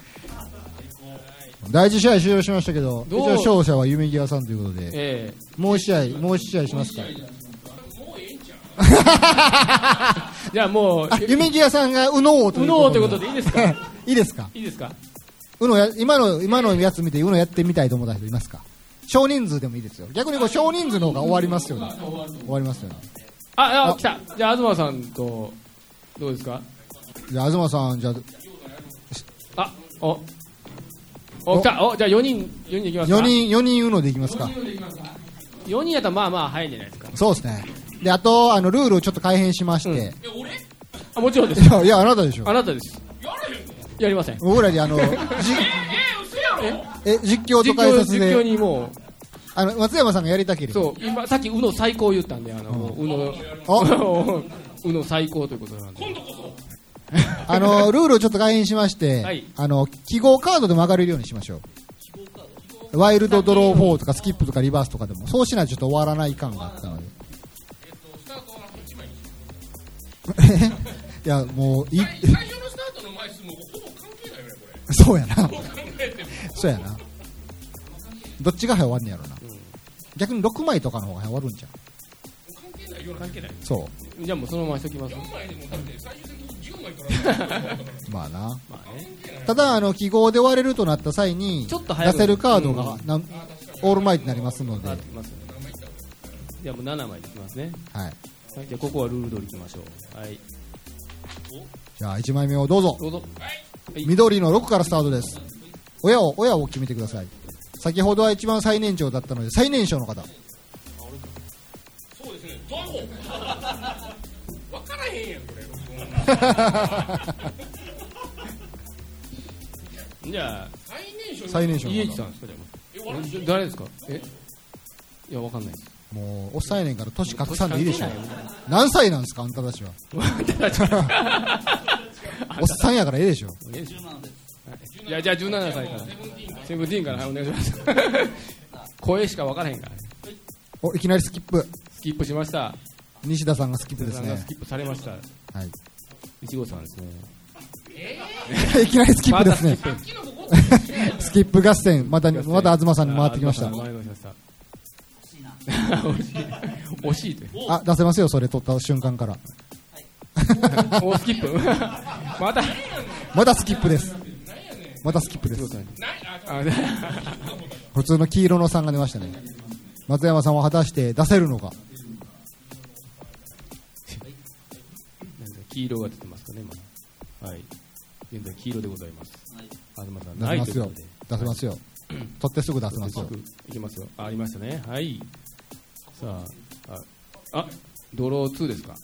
Speaker 2: 第一試合終了しましたけど、一
Speaker 1: どう
Speaker 2: 応勝者は夢際さんということで、
Speaker 1: え
Speaker 2: もう一試合、もう一試合しますか。
Speaker 1: えじゃあもう、
Speaker 2: あ、 (laughs)
Speaker 1: う
Speaker 2: 夢際さんが、うの王という
Speaker 1: の
Speaker 2: こ
Speaker 1: うということと
Speaker 2: で。
Speaker 1: でいいですか。
Speaker 2: (laughs) いいですか
Speaker 1: いいですか。
Speaker 2: うのや、今の、今のやつ見て、うのやってみたいと思った人いますか少人数でもいいですよ。逆にこう少人数の方が終わりますよね。終わりますよね。
Speaker 1: あ、
Speaker 2: あ
Speaker 1: あ、来た。じゃあ東さんとどうですか。
Speaker 2: じゃあ、東さん、じゃあ、
Speaker 1: あ、お、お来た。お、じゃあ四人、四人できますか。
Speaker 2: 4。人、四人うのでいきますか。
Speaker 1: 四人やったらまあまあ早いんじゃないですか。
Speaker 2: そうですね。で、あと、あの、ルールをちょっと改変しまして、
Speaker 4: え、俺
Speaker 1: あ、もちろんで
Speaker 2: い
Speaker 1: す。
Speaker 2: や、いや、あなたでしょ
Speaker 1: あ。なたです。
Speaker 4: やれへんの
Speaker 1: やりません。
Speaker 2: 僕らであの、じ、
Speaker 4: え、え、嘘やろ
Speaker 2: え、実況と
Speaker 1: 実
Speaker 2: 解
Speaker 1: 況、
Speaker 2: 説
Speaker 1: 実況
Speaker 2: で、
Speaker 1: にも
Speaker 2: あの、松山さんがやりたけ
Speaker 1: う、
Speaker 2: れば。
Speaker 1: そう、今さっきうの最高言ったんで、あの、うの、
Speaker 2: あ、
Speaker 3: (laughs)
Speaker 1: うの最高ということなんで。
Speaker 4: 今度こそ。
Speaker 2: あの、ルールをちょっと改変しまして、
Speaker 1: はい
Speaker 2: あの、記号カードでも上がれるようにしましょう。ワイルドドロー4とかスキップとかリバースとかでも、そうしないとちょっと終わらない感があったので。 (laughs) いや、もう、いい、
Speaker 6: 最最初のスタートの枚数もほぼ関係ないよねこれ
Speaker 2: (laughs) そうやな。
Speaker 6: どう考えても
Speaker 2: そうやな。どっちが早終わんねやろな。逆に6枚とかの方が早終わるんじゃん。
Speaker 6: 関係ないような関係ない
Speaker 2: そ
Speaker 3: じゃあもうそのまましときます。
Speaker 6: 4枚でもだって最終的に10枚から
Speaker 2: う。まあな。
Speaker 3: まあね。
Speaker 2: ただ、あの、記号で割れるとなった際に、
Speaker 3: ちょっと早
Speaker 2: 出
Speaker 3: く
Speaker 2: せるカードが
Speaker 3: う、ん
Speaker 2: なんオールマイトになりますので、
Speaker 3: な
Speaker 2: は
Speaker 3: っ
Speaker 2: い
Speaker 3: て。きますよね。じゃあもう7枚いきますね。
Speaker 2: じ
Speaker 3: はい、じゃあここはルール通りいきましょう。はい。
Speaker 2: ゃあ、1枚目をどうぞ。
Speaker 3: どうぞ。
Speaker 2: 緑の6からスタートです。親を、親を決めてください。先ほどは一番最年長だったので、最年少の方。
Speaker 6: そうですねどう分からへんやんこれ録音
Speaker 3: (laughs) じゃあ、
Speaker 6: 最年少
Speaker 2: 最年少
Speaker 3: 家
Speaker 2: の
Speaker 3: 一さ
Speaker 2: 方。
Speaker 3: んですかじ
Speaker 6: え
Speaker 3: ゃあも
Speaker 6: 笑
Speaker 3: う
Speaker 6: っ。
Speaker 3: え誰ですかえいや、わかんないです。
Speaker 2: もう、おっさんやねんから、年隠さんでいいでしょ
Speaker 3: 年関係ない。
Speaker 2: 何歳なんですか、あんたた (laughs) ちは。おっさんやからええでしょ。
Speaker 3: はいじゃあ、じゃあ17歳から。セブンティーンから、はい、お願いします。 (laughs) 声しかわからへんから。
Speaker 2: お、いきなりスキップ。
Speaker 3: スキップしました。
Speaker 2: 西田さんがスキップで
Speaker 3: 皆
Speaker 2: す
Speaker 3: さんが
Speaker 2: ね
Speaker 3: ス。キップされました。
Speaker 2: はい。
Speaker 3: いちごさんですね。
Speaker 2: い (laughs) きなりスキップですね。
Speaker 6: さっきのここって
Speaker 2: (laughs) スキップ合戦、また、また東さんに回ってきました
Speaker 3: あ。東さんに回ってきました。惜しいな。惜しいと。
Speaker 2: あ、出せますよ、それ取った瞬間から。
Speaker 3: おスキ (laughs) ップまた
Speaker 2: またスキップです。またスキップです。
Speaker 3: あ
Speaker 2: 普通の黄色の3が出ましたね。松山さんは果たして出せるのか。
Speaker 3: 黄色が出てますかね、まだはい。現在黄色でございます。東さん、
Speaker 2: 出
Speaker 3: な
Speaker 2: せま
Speaker 3: いとい
Speaker 2: す
Speaker 3: うこ
Speaker 2: よ
Speaker 3: とで。。
Speaker 2: 出せますよ。取ってすぐ出せます
Speaker 3: 早
Speaker 2: よ
Speaker 3: 速。いきますよ。あ、ありましたね。はい。さあ、あ、あドロー2ですか。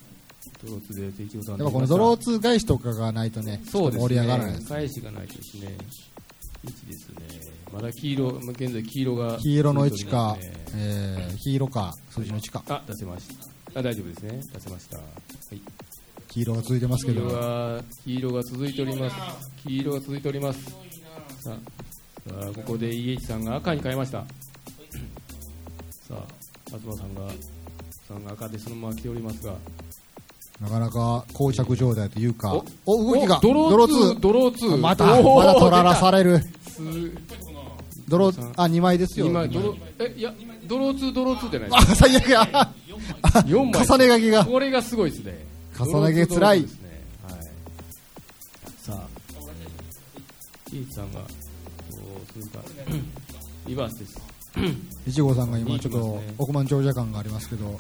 Speaker 3: ドロー2でやっていきまし
Speaker 2: やっぱこのドロ
Speaker 3: ー
Speaker 2: ー2返しとかがないとね、
Speaker 3: そうですね。
Speaker 2: 盛り上がらないです。
Speaker 3: 返しがないですね。1ですね。まだ黄色、現在黄色が。
Speaker 2: 黄色の1か
Speaker 3: 黄色ですね、
Speaker 2: えー、黄色か、数字の1か。
Speaker 3: あ、出せました。あ、大丈夫ですね。出せました。はい。
Speaker 2: 黄色が続いてますけ
Speaker 3: 黄色
Speaker 2: ど。
Speaker 3: が黄色が続いております黄色が続いておりますさあさあここで家一さんが赤に変えましたさあ東さんがさんが赤でそのまま来ておりますが
Speaker 2: なかなか膠着状態というか、
Speaker 3: お
Speaker 2: お、動きが、
Speaker 3: おドロ
Speaker 2: ドロ
Speaker 3: ー
Speaker 2: ー
Speaker 3: 2ドロー2
Speaker 2: 2。また、まだ取ららされる。ドロー
Speaker 3: さ、
Speaker 2: あ、2枚ですよ。
Speaker 3: 今ドロえいやドロー2ドロー2じゃないで
Speaker 2: あ、最悪や。ああ
Speaker 3: 4枚
Speaker 2: 重ね書き
Speaker 1: (laughs)
Speaker 3: す
Speaker 2: が。
Speaker 3: これがすごいですね
Speaker 2: 重ね書きつらい
Speaker 3: ドロー2ドロー2ですねはいさあ家一さんがどうするかリバースです
Speaker 2: いちごさんが今ちょっ
Speaker 3: いい
Speaker 2: と
Speaker 3: ですね
Speaker 2: 億万長者感がありますけど、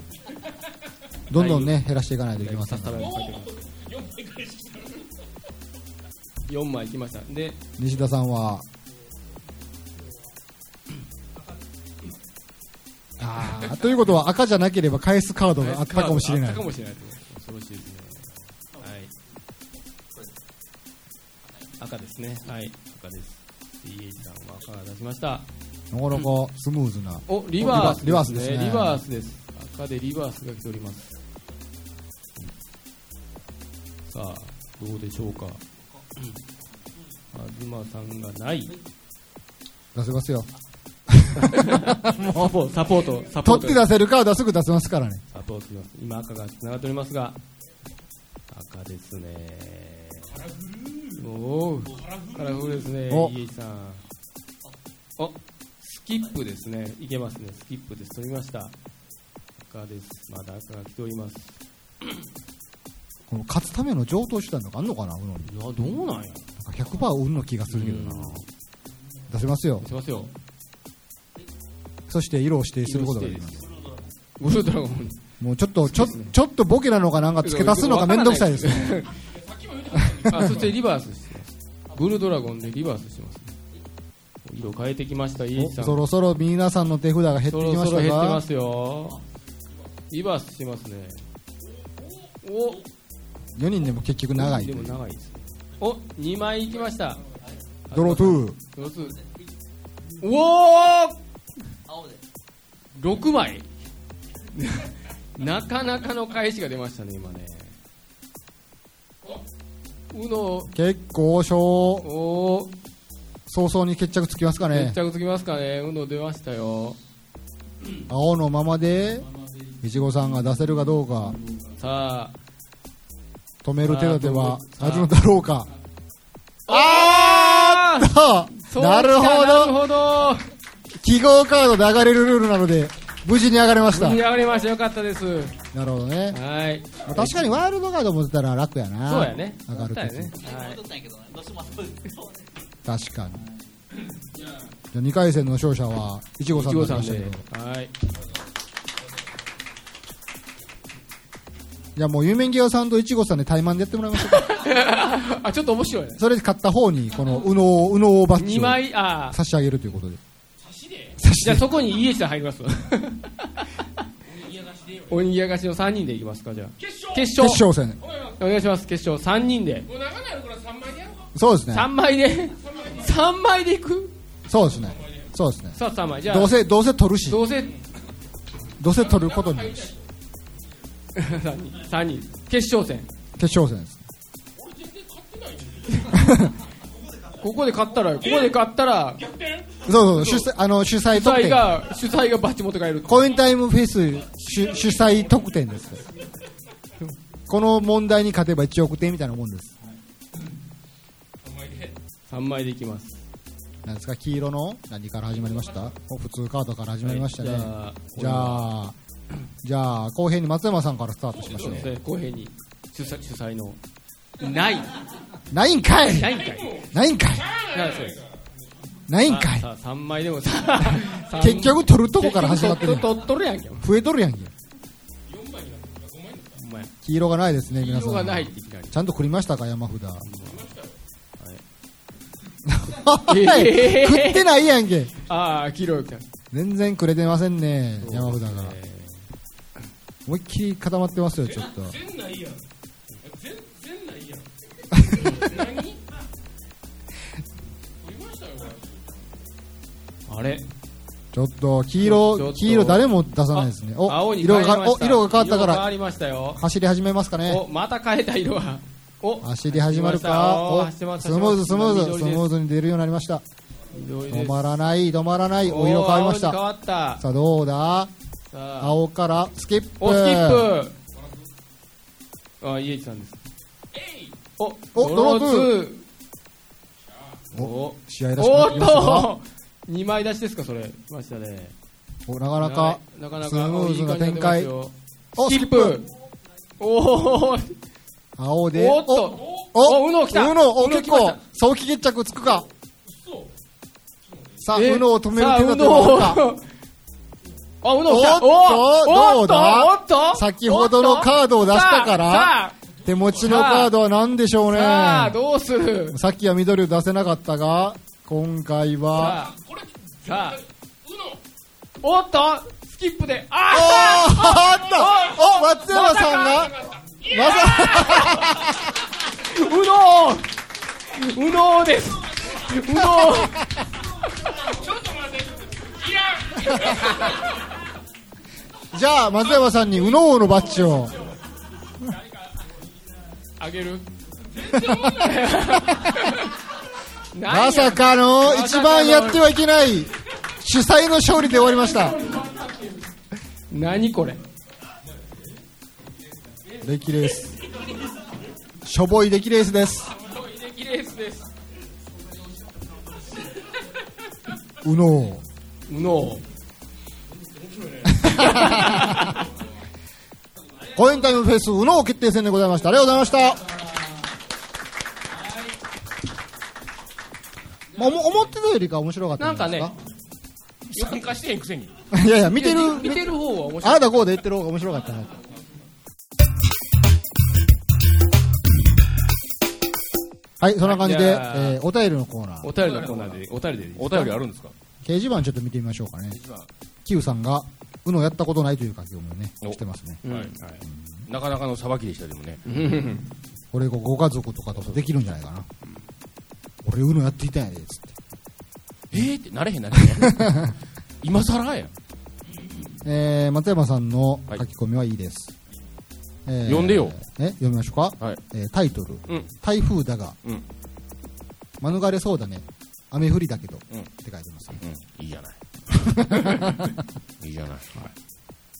Speaker 2: どんどんね、減らしていかないといけませんから。
Speaker 3: 4枚いきましたで
Speaker 2: 西田さんは、あーということは赤じゃなければ返すカードがあったかもしれな
Speaker 3: あっ
Speaker 2: い
Speaker 3: たか。もしれない恐ろしいですねはい赤ですねはい赤です DH さんは赤出しました
Speaker 2: なかなかスムーズな。
Speaker 3: おリバース
Speaker 2: リバースですね
Speaker 3: リバースです赤でリバースが来ておりますさあどうでしょうか東さんがない
Speaker 2: 出せますよ。
Speaker 3: (laughs) もうサポートサポー
Speaker 2: 取
Speaker 3: ト
Speaker 2: って出せるカードはすぐ出せますからね。
Speaker 3: サポートします今赤が繋がっておりますが赤ですねおおカラフルですね
Speaker 2: お
Speaker 3: イエさんおスキップですねいけますねスキップです取りました赤ですまだ赤が来ております
Speaker 2: この勝つための上等手段とかあんのかな、うのに。
Speaker 3: いやどうな
Speaker 2: な
Speaker 3: んや
Speaker 2: んか100%運の気がするけど
Speaker 3: う。
Speaker 2: なん出せますよ
Speaker 3: 出。しますよ
Speaker 2: そして色を指定することができます。
Speaker 3: ゴルドラゴン
Speaker 2: もうちょっと、ちょ、ちょっとボケなのかなんか付け足すのがめんどくさいですね。
Speaker 3: ねあそしてリバースしてますグルドラゴンでリバースしてますね色変えてきましたイエ
Speaker 2: お
Speaker 3: さん
Speaker 2: そろそろ皆さんの手札が減って
Speaker 3: そ
Speaker 2: きま
Speaker 3: ろ
Speaker 2: し
Speaker 3: そろ
Speaker 2: た
Speaker 3: 減ってま
Speaker 2: か
Speaker 3: すよリバースしてますねお
Speaker 2: 4人でも結局長い
Speaker 3: でも長いですねお2枚いきました
Speaker 2: ドロー2
Speaker 3: ドロー2おお6枚なかなかの返しが出ましたね今ねうの
Speaker 2: 結構小
Speaker 3: おお
Speaker 2: 早々に決着つきますか
Speaker 3: 決
Speaker 2: ね
Speaker 3: 着つきますかねうの出ましたよ
Speaker 2: 青のままでいちごさんが出せるかどうか
Speaker 3: さあ
Speaker 2: 止める手立てはあるのだろうか。
Speaker 1: あー
Speaker 2: あ
Speaker 1: (laughs) そうきた
Speaker 2: なる
Speaker 1: なる
Speaker 2: ほど。
Speaker 1: ほど
Speaker 2: 記号カードで上がれるルールなので、無事に上がれました
Speaker 1: 盛。り上がりましたよかったです
Speaker 2: なるほどね。
Speaker 1: はい
Speaker 2: まあ確かにワールドカード持ってたら楽やな。
Speaker 1: そうやね
Speaker 2: 上がる
Speaker 1: だ
Speaker 2: と
Speaker 1: よ
Speaker 2: き、
Speaker 1: ねは
Speaker 4: 戻
Speaker 1: い
Speaker 4: ったんやけどねどうしても後で
Speaker 2: 確かに。じゃあ2回戦の勝者は、いちごさん
Speaker 1: 一
Speaker 2: に
Speaker 1: 号
Speaker 2: なり
Speaker 1: さ
Speaker 2: ま
Speaker 1: ん
Speaker 2: したけ
Speaker 1: で
Speaker 2: ど。
Speaker 1: はい
Speaker 2: じゃあもう、ゆめんぎわさんといちごさんで対マンでやってもらいましょうか。
Speaker 1: あちょっと面白いね
Speaker 2: それで勝った方に、この、うのう、うのうバッジ
Speaker 1: 2
Speaker 2: を
Speaker 1: 枚あー
Speaker 2: 差し上げるということで。
Speaker 1: じゃあそこに家さん入りますわ鬼ぎやがしの3人でいきますかじゃあ
Speaker 4: 決勝
Speaker 1: 決
Speaker 2: 決
Speaker 1: 勝
Speaker 2: 勝戦。
Speaker 1: お願いします決勝3人で
Speaker 4: もう長なるから三枚でやろうか
Speaker 2: そうですね。
Speaker 1: 3枚で3枚でいく
Speaker 2: そうですね。そうですね。
Speaker 1: さあ3枚じゃあ
Speaker 2: どうせ、どうせ取るし、
Speaker 1: どうせ
Speaker 2: どうせ取ることになるし。
Speaker 1: 3人3人決勝戦
Speaker 2: 決勝戦です。
Speaker 1: ここで勝ったらここで勝ったら主
Speaker 2: そうそう、主催、あの、主催特
Speaker 1: 催
Speaker 2: 典。
Speaker 1: が主催がバッチ持って帰る
Speaker 2: コインタイムフェス主主催特典です。この問題に勝てば1億点みたいなもんです。
Speaker 1: 3枚でいきます
Speaker 2: なんですか、黄色の何から始まりましたお普通カードから始まりましたね。
Speaker 1: はいじゃあ
Speaker 2: じゃあ、じゃあ、後編に松山さんからスタートしまし
Speaker 1: そう
Speaker 2: ょう
Speaker 1: で。すね公平に主催主催のない
Speaker 2: ないんかい
Speaker 1: ないんかい
Speaker 2: ないんかい
Speaker 1: ないそうです
Speaker 2: ないんかい
Speaker 1: さあ3枚でもさ
Speaker 2: 結局取るとこから始まってるやん
Speaker 1: 結局取っとるやんけお
Speaker 2: 増えとるやんけ。
Speaker 1: 前
Speaker 2: 黄色がないですね、皆さん。
Speaker 1: 色がないっていきなり
Speaker 2: ちゃんと繰りましたか、山札。
Speaker 1: りましたよはい
Speaker 2: 食ってないやんけ。
Speaker 1: ああ黄色いか
Speaker 2: 全然くれてませんね、山札が。
Speaker 1: えー
Speaker 2: 思いっきり固まってますよ、ちょっと。
Speaker 4: 全ないやん全全ないやん何見ましたよこれ
Speaker 1: あれ
Speaker 2: ちょっと、黄
Speaker 1: ちょっ
Speaker 2: 色、
Speaker 1: と
Speaker 2: 黄色誰も出さないですね。お、
Speaker 1: 青に
Speaker 2: 色
Speaker 1: 変え
Speaker 2: が
Speaker 1: ま
Speaker 2: か、
Speaker 1: し
Speaker 2: お、
Speaker 1: た
Speaker 2: 色が変わったか
Speaker 1: 色変
Speaker 2: ら、
Speaker 1: わりましたよ
Speaker 2: 走り始めますかね
Speaker 1: お。また変えた色はお
Speaker 2: 走り始まるか。お、
Speaker 1: 走
Speaker 2: ス
Speaker 1: り
Speaker 2: ム
Speaker 1: ました
Speaker 2: ーズ、スムーズ、
Speaker 1: 緑
Speaker 2: ス
Speaker 1: です
Speaker 2: ムーズに出るようになりました。
Speaker 1: 緑で
Speaker 2: 止
Speaker 1: す
Speaker 2: まらない、止まらない。お、色変わりまし
Speaker 1: おー青に変
Speaker 2: た。
Speaker 1: わったさ
Speaker 2: さあ、どうだ
Speaker 1: あ
Speaker 2: 青から、スキップ。
Speaker 1: おスキップあ家一さんですお
Speaker 2: おドローツーお
Speaker 1: お
Speaker 2: 試合らしく
Speaker 1: お
Speaker 2: なっ
Speaker 1: ー
Speaker 2: て
Speaker 1: っ
Speaker 2: きましたか
Speaker 1: と2枚出しですかそれましたね
Speaker 2: お、なかなか、
Speaker 1: なかな
Speaker 2: ス
Speaker 1: か
Speaker 2: ムーズな展
Speaker 1: いい感
Speaker 2: 開。
Speaker 1: じになってますよ
Speaker 2: お、
Speaker 1: ス
Speaker 2: ス
Speaker 1: キ
Speaker 2: キ
Speaker 1: ッ
Speaker 2: ッ
Speaker 1: プ
Speaker 2: プ。
Speaker 1: おおー
Speaker 2: 青で、
Speaker 1: おっとお
Speaker 2: お、
Speaker 1: うの来た
Speaker 2: うの、お、
Speaker 1: うの
Speaker 2: 結
Speaker 1: 来ました
Speaker 2: 構、早期決着つくか。さあ、
Speaker 1: え
Speaker 2: うのを止める
Speaker 1: さあ
Speaker 2: 手立てはあるか。
Speaker 1: あ、うの来た。
Speaker 2: おっと
Speaker 1: おーお
Speaker 2: ど
Speaker 1: っと
Speaker 2: うだ
Speaker 1: おっと
Speaker 2: 先ほどのカードを出したから
Speaker 1: さあ、
Speaker 2: 手持ちのカードは何でしょう
Speaker 1: さあ
Speaker 2: ね
Speaker 1: さあどうする
Speaker 2: さっきは緑を出せなかったが今回は
Speaker 1: さあ、さあ、おっとスキップで、あ
Speaker 2: おー
Speaker 1: あ
Speaker 2: あったお松山さんがまさ
Speaker 1: うのううのですうの
Speaker 4: ちょっと待っていらん
Speaker 2: じゃあ松山さんに右脳のバッジを
Speaker 1: あげる
Speaker 2: まさかの一番やってはいけない主催の勝利で終わりました
Speaker 1: 何これ
Speaker 2: 出来レースしょぼい出来レースです
Speaker 4: おいできレースです
Speaker 2: 右脳
Speaker 1: うの
Speaker 2: コインタイムフェス右脳決定戦でございましたありがとうございましたまあおも思ってたよりか面白かったんじゃないですか
Speaker 1: なんかね
Speaker 4: 参加してへんくせに
Speaker 2: いやいや、見てる、
Speaker 1: 見てる方は面
Speaker 2: あ
Speaker 1: 白い
Speaker 2: なたこうで言ってる方が面白かったな。はい、そんな感じで、
Speaker 1: は
Speaker 2: え
Speaker 1: いじゃあ
Speaker 2: ーお便りのコーナー、
Speaker 1: お便りのコーナーでお便りでいいです
Speaker 3: お便りあるんですか
Speaker 2: 掲示板ちょっと見てみましょうかね。キウさんが、うのやったことないという書き込みをね、
Speaker 3: お
Speaker 2: してますね。
Speaker 1: うん
Speaker 3: はいなかなかのさばきでしたでもね
Speaker 1: うん
Speaker 2: これ、ご家族とかとできるんじゃないかな。俺、うのやっていたんやで、つって。
Speaker 3: えーってなれへんなれへん今更やん
Speaker 2: えー、松山さんの
Speaker 3: はい
Speaker 2: 書き込みはいいです。えー
Speaker 3: 読んでよ。
Speaker 2: え、読みましょうか。
Speaker 3: はい
Speaker 2: えータイトル、
Speaker 3: うん
Speaker 2: 台風だが、
Speaker 3: うん
Speaker 2: 免れそうだね、雨降りだけど、
Speaker 3: うん
Speaker 2: って書いてます、ね
Speaker 3: うんいいじゃないいいじゃない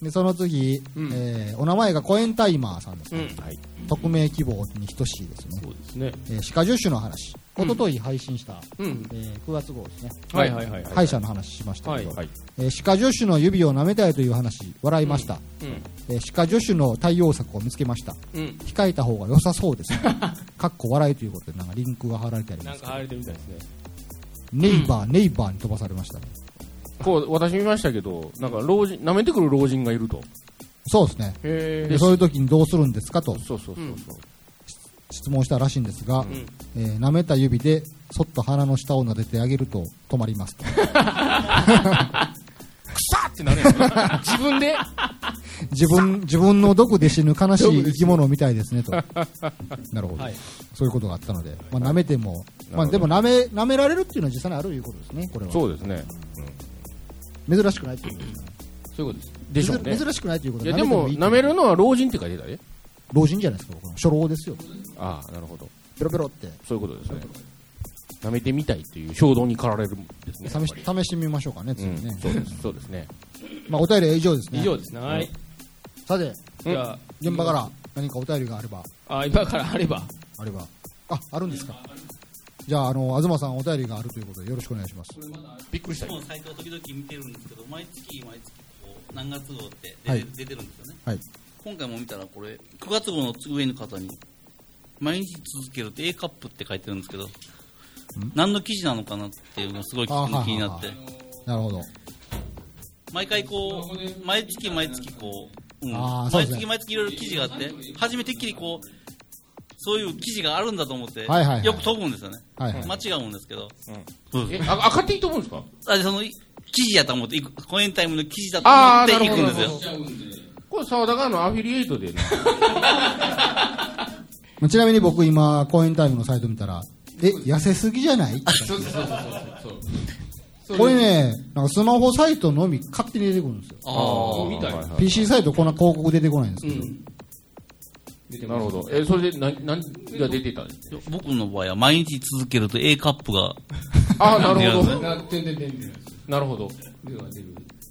Speaker 2: でその次、
Speaker 3: うん
Speaker 2: えーお名前がコエンタイマーさんですね、
Speaker 3: はい。
Speaker 2: 匿名希望に等しいですね、
Speaker 3: そうですね。
Speaker 2: えー歯科助手の話
Speaker 3: うん
Speaker 2: 一昨日配信した、
Speaker 3: うん。
Speaker 2: えー9月号ですね
Speaker 3: はいはいはい。
Speaker 2: 歯医者の話しましたけど、
Speaker 3: はい。
Speaker 2: えー歯科助手の指を舐めたいという話笑いました、
Speaker 3: うん。
Speaker 2: えー歯科助手の対応策を見つけました
Speaker 3: うん。
Speaker 2: 控えた方が良さそう
Speaker 3: (laughs)
Speaker 2: です、ね、かっこ笑いということでなんかリンクが貼られてあり
Speaker 3: な
Speaker 2: ま
Speaker 3: ん
Speaker 2: す
Speaker 3: かあれてみたいですね。
Speaker 2: ネイバー、ネイバーに飛ばされましたね
Speaker 3: こう、私見ましたけど、なんか老人、舐めてくる老人がいると。
Speaker 2: そうですね
Speaker 3: へ
Speaker 2: でそういう時にどうするんですかと
Speaker 3: そうそうそうそう。
Speaker 2: 質問したらしいんですが、
Speaker 3: ん
Speaker 2: えー舐めた指でそっと鼻の下を撫でてあげると止まり
Speaker 3: (laughs)
Speaker 2: ますと
Speaker 3: さってなるやん。自分で。
Speaker 2: 自分自分の毒で死ぬ悲しい生き物みたいです
Speaker 3: (laughs)
Speaker 2: ねとなるほど、そういうことがあったので、まあ、舐めても、まあ、
Speaker 3: なるほど
Speaker 2: でも舐め舐められるっていうのは実際にあるということですねこれは
Speaker 3: そうですね。
Speaker 2: 珍しくないっていうことですね
Speaker 3: そういうことです。でしょうね
Speaker 2: 珍。珍しくないということ
Speaker 3: いや、でも、
Speaker 2: いい
Speaker 3: 舐めるのは老人って書いてたで。
Speaker 2: 老人じゃないですか僕は初老ですよ
Speaker 3: ああ、なるほど。
Speaker 2: ペロペロって
Speaker 3: そういうことですね。舐めてみたいっていう衝動に駆られるんですね。
Speaker 2: 試し試してみましょうかね
Speaker 3: う
Speaker 2: 次
Speaker 3: ん
Speaker 2: ね、
Speaker 3: そうです。そうですね。
Speaker 2: (laughs) まあ、お便りは以上ですね
Speaker 1: 以上ですね。はい。
Speaker 2: さて
Speaker 1: じゃあ、
Speaker 2: 現場から何かお便りがあれば
Speaker 1: あ、今からあれば。
Speaker 2: あればああるんですかじゃああの東さんお便りがあるということでよろしくお願いします
Speaker 3: びっくりした
Speaker 7: もサイトを時々見てるんですけど、毎月毎月こう何月号って出て,、
Speaker 2: はい
Speaker 7: 出てるんですよね。
Speaker 2: はい
Speaker 7: 今回も見たらこれ、9月号の上の方に、毎日続けるって A カップって書いてるんですけど、何の記事なのかなっていうのがすごい気
Speaker 2: あー
Speaker 7: に気になっ
Speaker 2: は
Speaker 7: て
Speaker 2: い、なるほど
Speaker 7: 毎回こう、毎月毎月こう、うん
Speaker 2: あーそうで
Speaker 7: 毎
Speaker 2: すね
Speaker 7: 月毎月いろいろ記事があって、初めてっきりこう、そういう記事があるんだと思っ
Speaker 2: は
Speaker 7: て、
Speaker 2: いはいはい
Speaker 7: よく飛ぶんですよね。
Speaker 2: はいはい
Speaker 7: 間違うんですけど、うん
Speaker 3: え、あ、赤っていいと思うんですか
Speaker 7: あその記事やと思って行く、コエンタイムの記事だと思って行くんですよ。
Speaker 3: これ、沢田がのアフィリエイトで、ね、
Speaker 2: まあちなみに僕今公演タイムのサイト見たらえ痩せすぎじゃないこれねなんかスマホサイトのみ勝手に出てくるんですよ
Speaker 7: あ
Speaker 3: みたいな。
Speaker 2: PC サイトこんな広告出てこないんですけど、
Speaker 3: なるほど。え、それで、な、なんが出てたんですよ。
Speaker 7: あ。僕の場合は毎日続けると A カップが、
Speaker 3: ああ、なるほ
Speaker 7: 違
Speaker 3: ど。
Speaker 7: う
Speaker 3: ななるほど。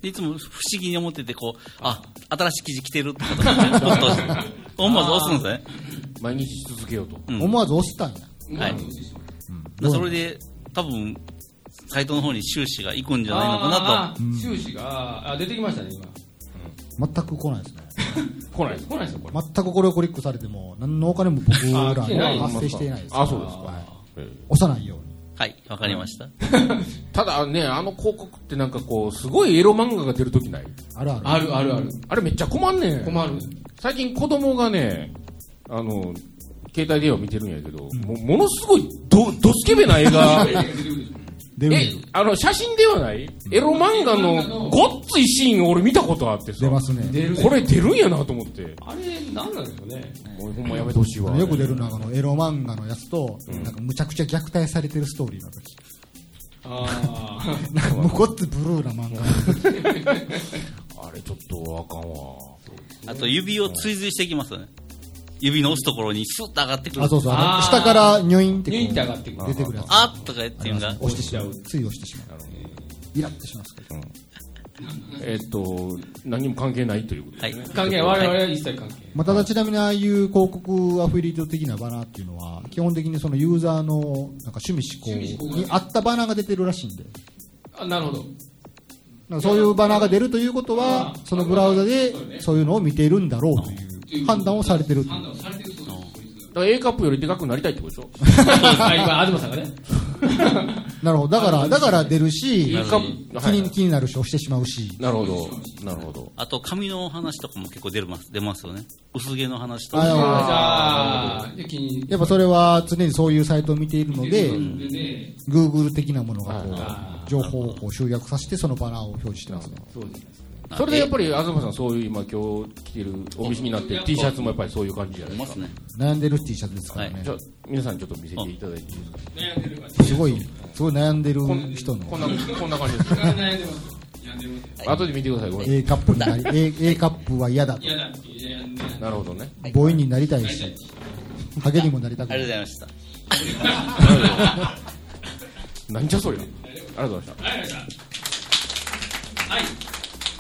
Speaker 7: いつも不思議に思ってて、こう、あ、新しい記事来てるってことで、ポッと押す思わず押すんですね。
Speaker 3: 毎日続けようと。
Speaker 7: うん
Speaker 2: 思わず押したんや
Speaker 7: はい。
Speaker 2: どうな
Speaker 7: そ
Speaker 2: の
Speaker 7: れで、多分、サイトの方に収支が行くんじゃないのか
Speaker 1: あーあー、収支が、あー、出てきましたね、今。
Speaker 2: 全く来ないですね
Speaker 3: 来ないです。来ないですよ、これ。
Speaker 2: 全くこれをクリックされとも何のお金も僕ら
Speaker 1: あ来てな
Speaker 2: に
Speaker 1: い
Speaker 2: は発生していないです
Speaker 3: あ、そうですか。
Speaker 2: はい
Speaker 3: ええ
Speaker 2: 押さないように
Speaker 7: なと。はい、わかりました。
Speaker 3: ただね、あの広告ってなんかこう、すごいエロ漫画が出るときない
Speaker 2: あるある
Speaker 1: あるあるある。
Speaker 3: あれめっちゃ困んねん。
Speaker 1: 困る。
Speaker 3: 最近子供がね、あの、携帯電話見てるんやけど、もうものすごいど、どスケベな映
Speaker 1: (laughs)
Speaker 3: 画。
Speaker 2: 出る
Speaker 3: え、あの、写真ではないエロ漫画のごっついシーン俺見たことあってさ。
Speaker 2: 出ますね
Speaker 1: 出る。
Speaker 3: これ出るんやなと思って。
Speaker 1: あれ、なんなんでしょうね。
Speaker 3: もうほんまやめてほしいわ。
Speaker 2: よく出るのはあのエロ漫画のやつと、なんかむちゃくちゃ虐待されてるストーリーの時
Speaker 1: ああ。
Speaker 2: なんかもうごっつブルーな漫画
Speaker 3: あれちょっとあかんわ。
Speaker 7: あと、指を追随していきますよね。指の押すところにスッと上がってくる。
Speaker 2: あそうそう
Speaker 1: あ
Speaker 2: あ
Speaker 1: ー
Speaker 2: の下からニョインってこう
Speaker 1: ニョインって上がってくる
Speaker 2: 出てくるやつ
Speaker 7: あっとか言っていうのが、
Speaker 2: 押してしまうつい押してしまうイラッとしますけど
Speaker 3: えっと、何も関係ないということ
Speaker 7: は
Speaker 3: で
Speaker 7: い
Speaker 3: すね。。
Speaker 1: 関係ない、我々は一切関係ない。
Speaker 2: まあ、ただちなみにああいう広告アフィリエイト的なバナーっていうのは基本的にそのユーザーのなんか趣味思考に合ったバナーが出てるらしいんで
Speaker 1: あ、なるほ (laughs) ど。
Speaker 2: なんかそういうバナーが出るということはそのブラウザでそういうのを見ているんだろうという判断をされてるっていう
Speaker 3: だから A カップよりでかくなりたいってことでしょ
Speaker 1: あ、今、東さんがね。
Speaker 2: なるほどだからだから出るし
Speaker 3: ?A カップ、
Speaker 2: 気
Speaker 3: はい
Speaker 2: に。気になるし押してしまうし
Speaker 3: なるほど。なるほど。
Speaker 7: あと、髪の話とかも結構出るます、出ますよね。薄毛の話と
Speaker 2: あ
Speaker 7: か。
Speaker 2: の
Speaker 1: (laughs) ああ、で、気に入っ
Speaker 2: やっぱそれは常にそういうサイトを見ているので、
Speaker 1: てね。
Speaker 2: Google 的なものがこう情報をこう集約させて、そのバナーを表示してますね。
Speaker 1: そうですね。
Speaker 3: それでやっぱり、東さん、そういう今今日着てるお召しになってる T シャツもやっぱりそういう感じじゃない
Speaker 7: い
Speaker 3: で
Speaker 7: ますす
Speaker 3: か。
Speaker 7: ね。
Speaker 2: 悩んでる T シャツですからね
Speaker 3: じゃ。あ、皆さんちょっと見せていただいていいですか
Speaker 2: すごい、すごい悩んでる人
Speaker 3: こん
Speaker 2: の
Speaker 3: な、こんな感じです。後で見てください、ごめん。
Speaker 2: A カップになり、A, A カップは嫌だと。
Speaker 3: なるほどね。
Speaker 2: ボーイになりたいし、ハゲにもなりたく
Speaker 7: あ
Speaker 2: な
Speaker 7: りがと
Speaker 2: い。
Speaker 7: うございました。
Speaker 3: なんじゃそりゃ。ありがとうございました。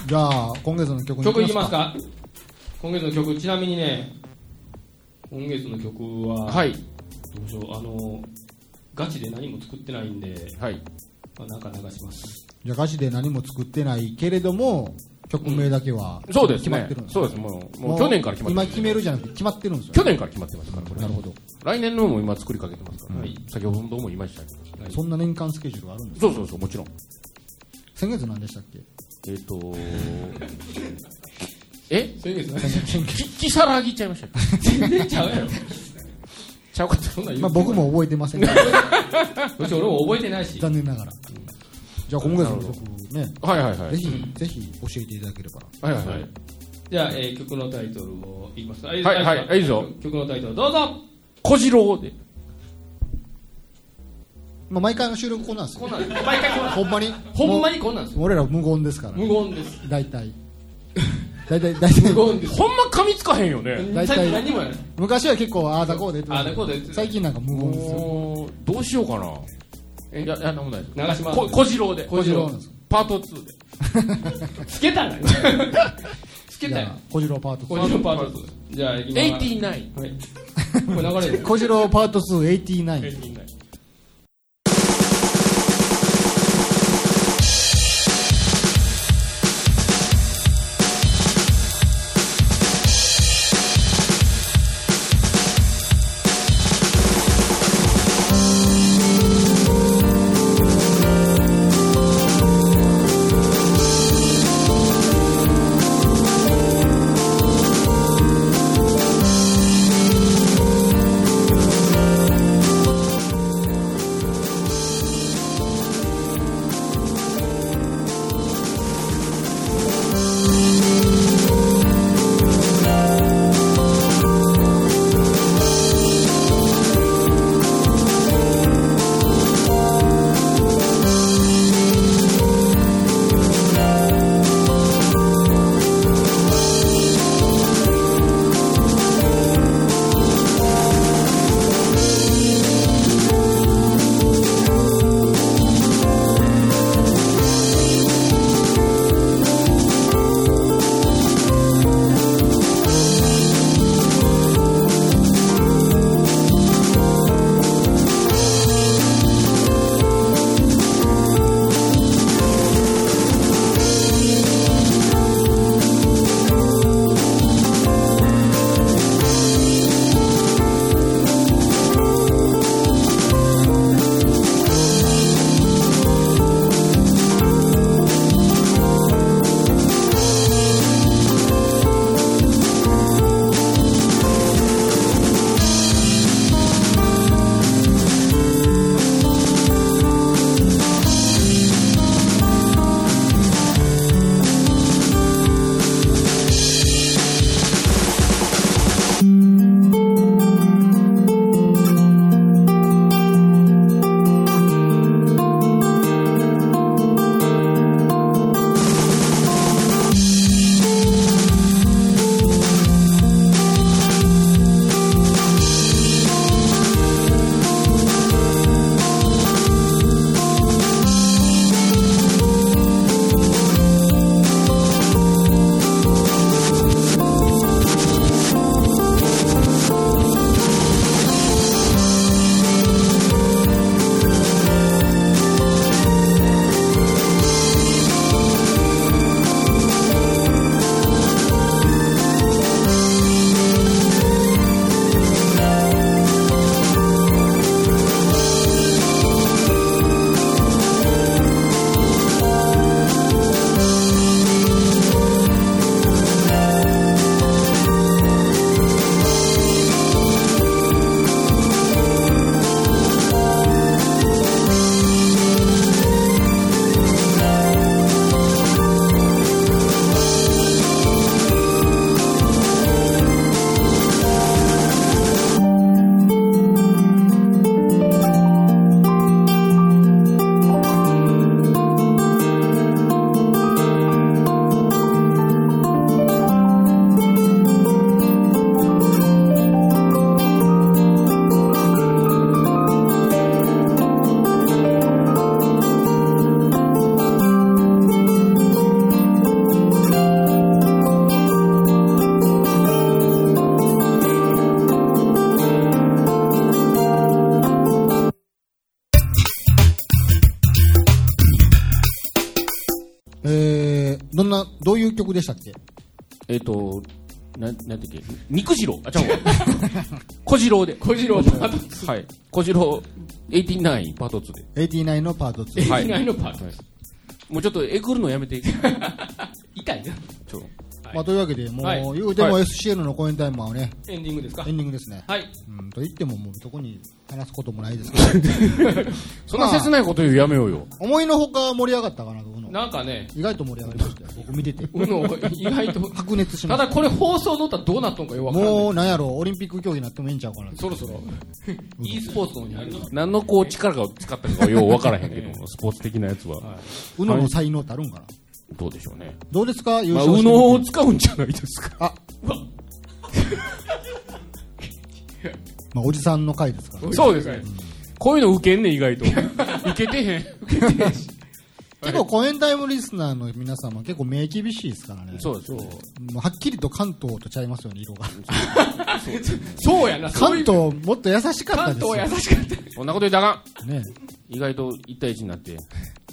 Speaker 2: じゃあ、今月の曲に行
Speaker 1: 曲い
Speaker 2: き
Speaker 1: きま
Speaker 2: ますすか。
Speaker 1: か今月の曲ちなみにね今月の曲は、
Speaker 3: はい、
Speaker 1: どうしようあのガチで何も作ってないんで、
Speaker 3: はい、
Speaker 1: まあ、なんか流し (laughs) ます
Speaker 2: じゃあ、歌詞で何も作ってないけれども、曲名だけは
Speaker 3: そうです
Speaker 2: 決まっ
Speaker 3: ね
Speaker 2: てるん、です
Speaker 3: そうです、もうもう去年から決ま
Speaker 2: 今
Speaker 3: ってます、
Speaker 2: 決めるじゃなくて、決まってるんですよ、
Speaker 3: 去年から決まってますから、これ
Speaker 2: なるほど。
Speaker 3: 来年のも今作りかけてますから、
Speaker 1: は
Speaker 3: はいい、先ほども言いましたけど、
Speaker 2: そんな年間スケジュールがあるんです
Speaker 3: そうそうそう、もちろん。
Speaker 2: 先月何でしたっけ
Speaker 3: えっ、とえ
Speaker 1: 先月
Speaker 3: き、きさらぎちゃいましたっけ
Speaker 1: 全然 (laughs) ちゃうやろ
Speaker 3: ちゃうかった。
Speaker 1: そんなん言う
Speaker 2: まあ僕も覚えてません
Speaker 3: (laughs)
Speaker 2: けど、
Speaker 1: そして俺も覚えてないし
Speaker 2: 残念ながら。じゃあ今月の曲ね、
Speaker 3: はいはいは
Speaker 2: ぜ
Speaker 3: い。
Speaker 2: ひ、ぜひ教えていただければ。
Speaker 3: はいはいはい。
Speaker 1: じゃあ、えー曲のタイトルを言いますはい
Speaker 3: はいはいはいいいですよ
Speaker 1: 曲のタイトルどうぞ
Speaker 3: 小次郎で。
Speaker 2: まあ毎回の収録こんなんです
Speaker 1: こ
Speaker 2: よ
Speaker 1: ん。なん毎回こんなん
Speaker 2: ほんまに。
Speaker 1: ほんま
Speaker 2: に
Speaker 1: にこんなんですよ
Speaker 2: 俺ら無言ですから、
Speaker 1: 無言です
Speaker 2: 大体。 (laughs) 大体、大体。
Speaker 1: 無言です
Speaker 3: ほんま噛みつかへんよね。
Speaker 2: 大体
Speaker 1: 最近何もやない
Speaker 2: 昔は結構、ああだこうで言ってました
Speaker 1: ああだこうで言ってた
Speaker 2: 最近なんか無言ですよ。
Speaker 3: もう、どうしようかな。え、いや、いやなんもないです。
Speaker 1: 長島
Speaker 3: こ小次郎で。
Speaker 2: 小次郎なんです
Speaker 3: パート2で。
Speaker 1: つけたな (laughs) つけ
Speaker 2: じ
Speaker 1: た
Speaker 2: ゃ
Speaker 1: よ
Speaker 2: あ、小次郎パート
Speaker 1: こっ
Speaker 2: 2。
Speaker 1: ちのパート2じゃあ行きます
Speaker 3: 89。
Speaker 1: はいこれ流
Speaker 3: (laughs)
Speaker 1: れる
Speaker 2: 小次郎パート2、89。曲でしたっけ
Speaker 3: えっ、と、なん、なんていうっけ、肉次郎、あ、ちゃうわ。 (laughs) 小次郎で。
Speaker 1: 小次郎パート
Speaker 3: はい。小次郎、89パート2で。
Speaker 2: ?89 のパート2。
Speaker 3: は
Speaker 1: 2、
Speaker 3: い
Speaker 1: 以外のパートです。
Speaker 3: もうちょっとえぐるのやめて。
Speaker 1: 痛いな。
Speaker 3: ちょ
Speaker 2: まあ、というわけで、もう、
Speaker 1: はい
Speaker 2: 言うても
Speaker 3: は
Speaker 2: SCN の公演タイムはね、
Speaker 1: エンディングですか
Speaker 2: エンディングですね。
Speaker 1: はい。
Speaker 2: うん、と言っても、もう、どこに話すこともないですけど、
Speaker 1: (laughs)
Speaker 3: そんな切ないこと言うやめようよ。
Speaker 2: 思いのほか盛り上がったかなと、うの。
Speaker 1: なんかね、
Speaker 2: 意外と盛り上がりましたよ。僕見
Speaker 1: (laughs)
Speaker 2: てて。
Speaker 1: うの、意外と。
Speaker 2: 白熱し
Speaker 1: (laughs)
Speaker 2: ま
Speaker 1: た
Speaker 2: し
Speaker 1: だ
Speaker 2: た
Speaker 1: これ放送乗ったらどうなっとんかよくわからんない。
Speaker 2: もう、なんやろう、オリンピック競技になってもいいんちゃうかな。
Speaker 1: そろ (laughs) そろ、e スポーツの方に入る
Speaker 3: 何のこう力を使ったかよう分からへんけども、スポーツ的なやつは。
Speaker 2: うのの才能ってあるんかな。
Speaker 3: どうでしょうね。
Speaker 2: どうですか、優
Speaker 3: まあ、
Speaker 2: 勝し
Speaker 3: 右
Speaker 2: てみて
Speaker 3: 脳を使うんじゃないですか。
Speaker 2: あまあ、おじさんの回ですから。
Speaker 3: そうですね。こういうの受けんねん、意外と。受けてへん。
Speaker 2: 結構、コエンタイムリスナーの皆様、結構目厳しいですからね。
Speaker 3: そうですね。
Speaker 2: もうはっきりと関東とちゃいますよね、色が。
Speaker 1: そうやな、そう
Speaker 2: 関
Speaker 1: いう
Speaker 2: 東、もっと優しか
Speaker 1: 関
Speaker 2: ったですよ
Speaker 1: 東。優しかった。
Speaker 3: こんなこと言ったらあかん。
Speaker 2: ね。
Speaker 3: 意外と1対1になって、って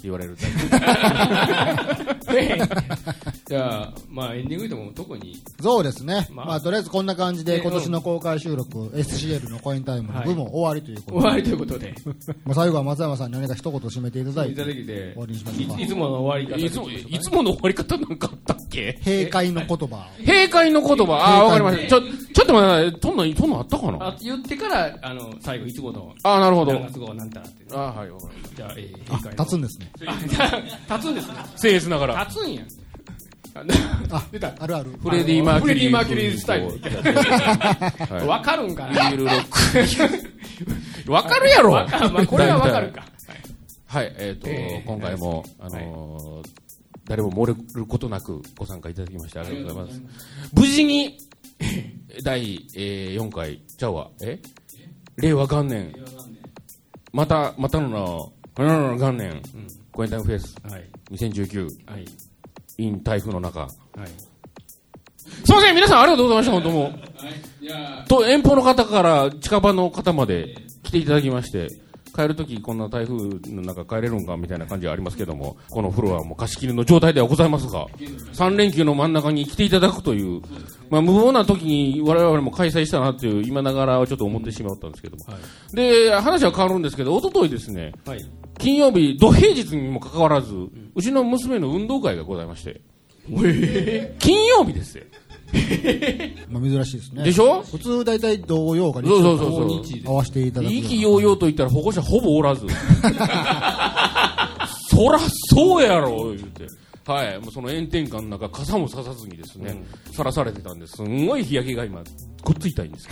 Speaker 3: 言われるタイプ。
Speaker 1: じゃあ、まあエンディングでも特に、
Speaker 2: そうですね。
Speaker 1: ま
Speaker 2: ま
Speaker 1: あ
Speaker 2: あ、とりあえずこんな感じで、
Speaker 1: ね
Speaker 2: 今年の公開収録、SCL のコエンタイムの部門終わりということ
Speaker 1: 終
Speaker 2: で。
Speaker 1: わりということで、
Speaker 2: まあ、最後は松山さんに何か一言締めていただ
Speaker 1: い
Speaker 2: い
Speaker 1: た
Speaker 2: て、
Speaker 1: だきで
Speaker 2: 終、わりにしましょうか
Speaker 1: いい。つもの終わり方で
Speaker 3: いつも、いつもの終わり方なんかあったっけ
Speaker 2: 閉会の言葉。
Speaker 3: 閉会の言葉。ああ、わかりました。ちょ、ちょっと待って、とんの、とんのあったかな
Speaker 1: あ言ってから、あの、最後、いつもの、
Speaker 3: ああ、なるほど。
Speaker 1: 何月号なんたらってね。
Speaker 3: ああ、はい、わかりまし
Speaker 1: じゃあ、えー、閉
Speaker 2: あ、
Speaker 1: 会の
Speaker 2: 立つんですね。
Speaker 1: 立つんですね。
Speaker 3: た。僭越ながら。
Speaker 1: 立つんや。
Speaker 2: あ
Speaker 1: (laughs) 出た。
Speaker 2: あるある。
Speaker 3: フレディ・マーキ
Speaker 1: フ
Speaker 3: ュリー。
Speaker 1: レディマーキュリースタイル
Speaker 3: はい
Speaker 1: わかるんかな
Speaker 3: ビールロック。わかるやろ
Speaker 1: わかまあこれはわかるか。
Speaker 3: はい、えっ、と、
Speaker 1: えー
Speaker 3: 今回も、あのー誰も漏れることなくご参加いただきましてありがとうございます。無事に、 (laughs) 第、えー、4回、ちゃうわ、え令和元年、また、またのな、またのな元年、コエンタイムフェス
Speaker 1: はい。
Speaker 3: 2019、
Speaker 1: はい。
Speaker 3: イン台風の中。
Speaker 1: はい。
Speaker 3: すいません、皆さんありがとうございました、本当もう。と、遠方の方から近場の方まで来ていただきまして、帰るときこんな台風の中帰れるんかみたいな感じはありますけども、このフロアも貸し切りの状態ではございますが、3連休の真ん中に来ていただくという、まあ無謀な時に我々も開催したなという、今ながらはちょっと思ってしまったんですけども。
Speaker 1: は
Speaker 3: で、話は変わるんですけど、一昨日ですね、
Speaker 1: はい。
Speaker 3: 金曜日、土平日にもかかわらず、うちの娘の運動会がございまして、金曜日ですよ。
Speaker 2: まあ、珍しいですね。
Speaker 3: でしょ
Speaker 2: 普通、大体、同様か日
Speaker 3: そうそう
Speaker 2: 曜
Speaker 3: そうそう。
Speaker 2: 日合わせていただくよう
Speaker 3: 意
Speaker 2: な。
Speaker 3: 気揚々と言ったら保護者ほぼおらず。 (laughs) そらそうやろ言うて。はい、もうその炎天下の中、傘もささずにですね、さらされてたんです。すんごい日焼けが今、くっついたいんです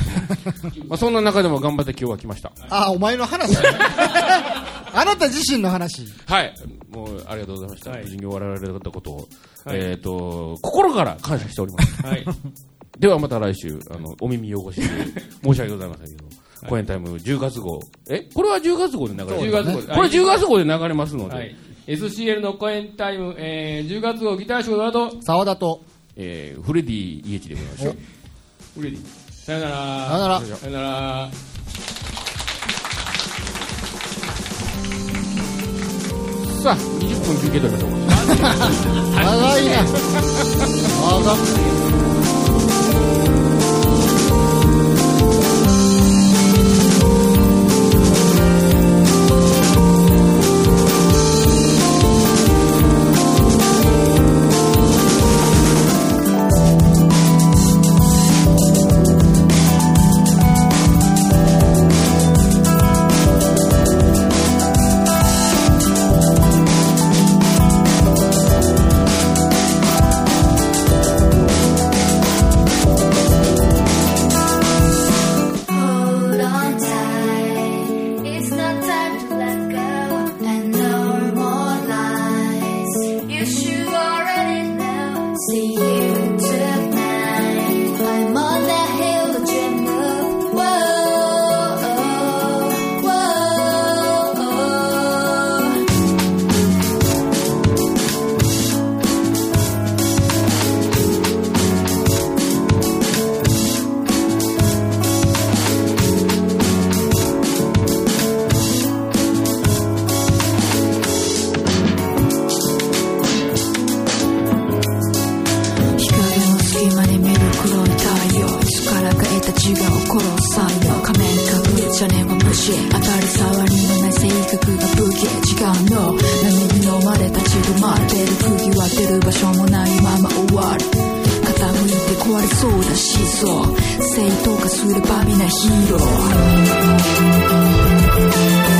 Speaker 1: (laughs)
Speaker 3: けど、まあそんな中でも頑張って今日は来ました。
Speaker 2: あ、お前の話。 (laughs) あなた自身の話。
Speaker 3: はい、もうありがとうございました。
Speaker 1: はい
Speaker 3: 無事に終わられたことを、
Speaker 1: はい
Speaker 3: えっ、と、心から感謝しており
Speaker 1: (laughs)
Speaker 3: ます。
Speaker 1: はい。
Speaker 3: ではまた来週、あの、お耳汚して、申し訳ございませんけど、公演タイム10月号。えこれは10月号で流れ
Speaker 1: 10
Speaker 3: る
Speaker 1: 月号
Speaker 3: これ10月号で流れますので、
Speaker 1: はい。SCL の公演タイム、えー、10月号ギターショーだと、
Speaker 2: 沢田と。
Speaker 3: えーフレディイエチでございましょう。
Speaker 1: フレディ。さよなら。
Speaker 2: さよなら。
Speaker 1: さよなら。
Speaker 3: さあ、20分休憩取りましょうか。
Speaker 2: 長いな。長い
Speaker 8: 「そうだしそう正当化すれば皆ヒーロー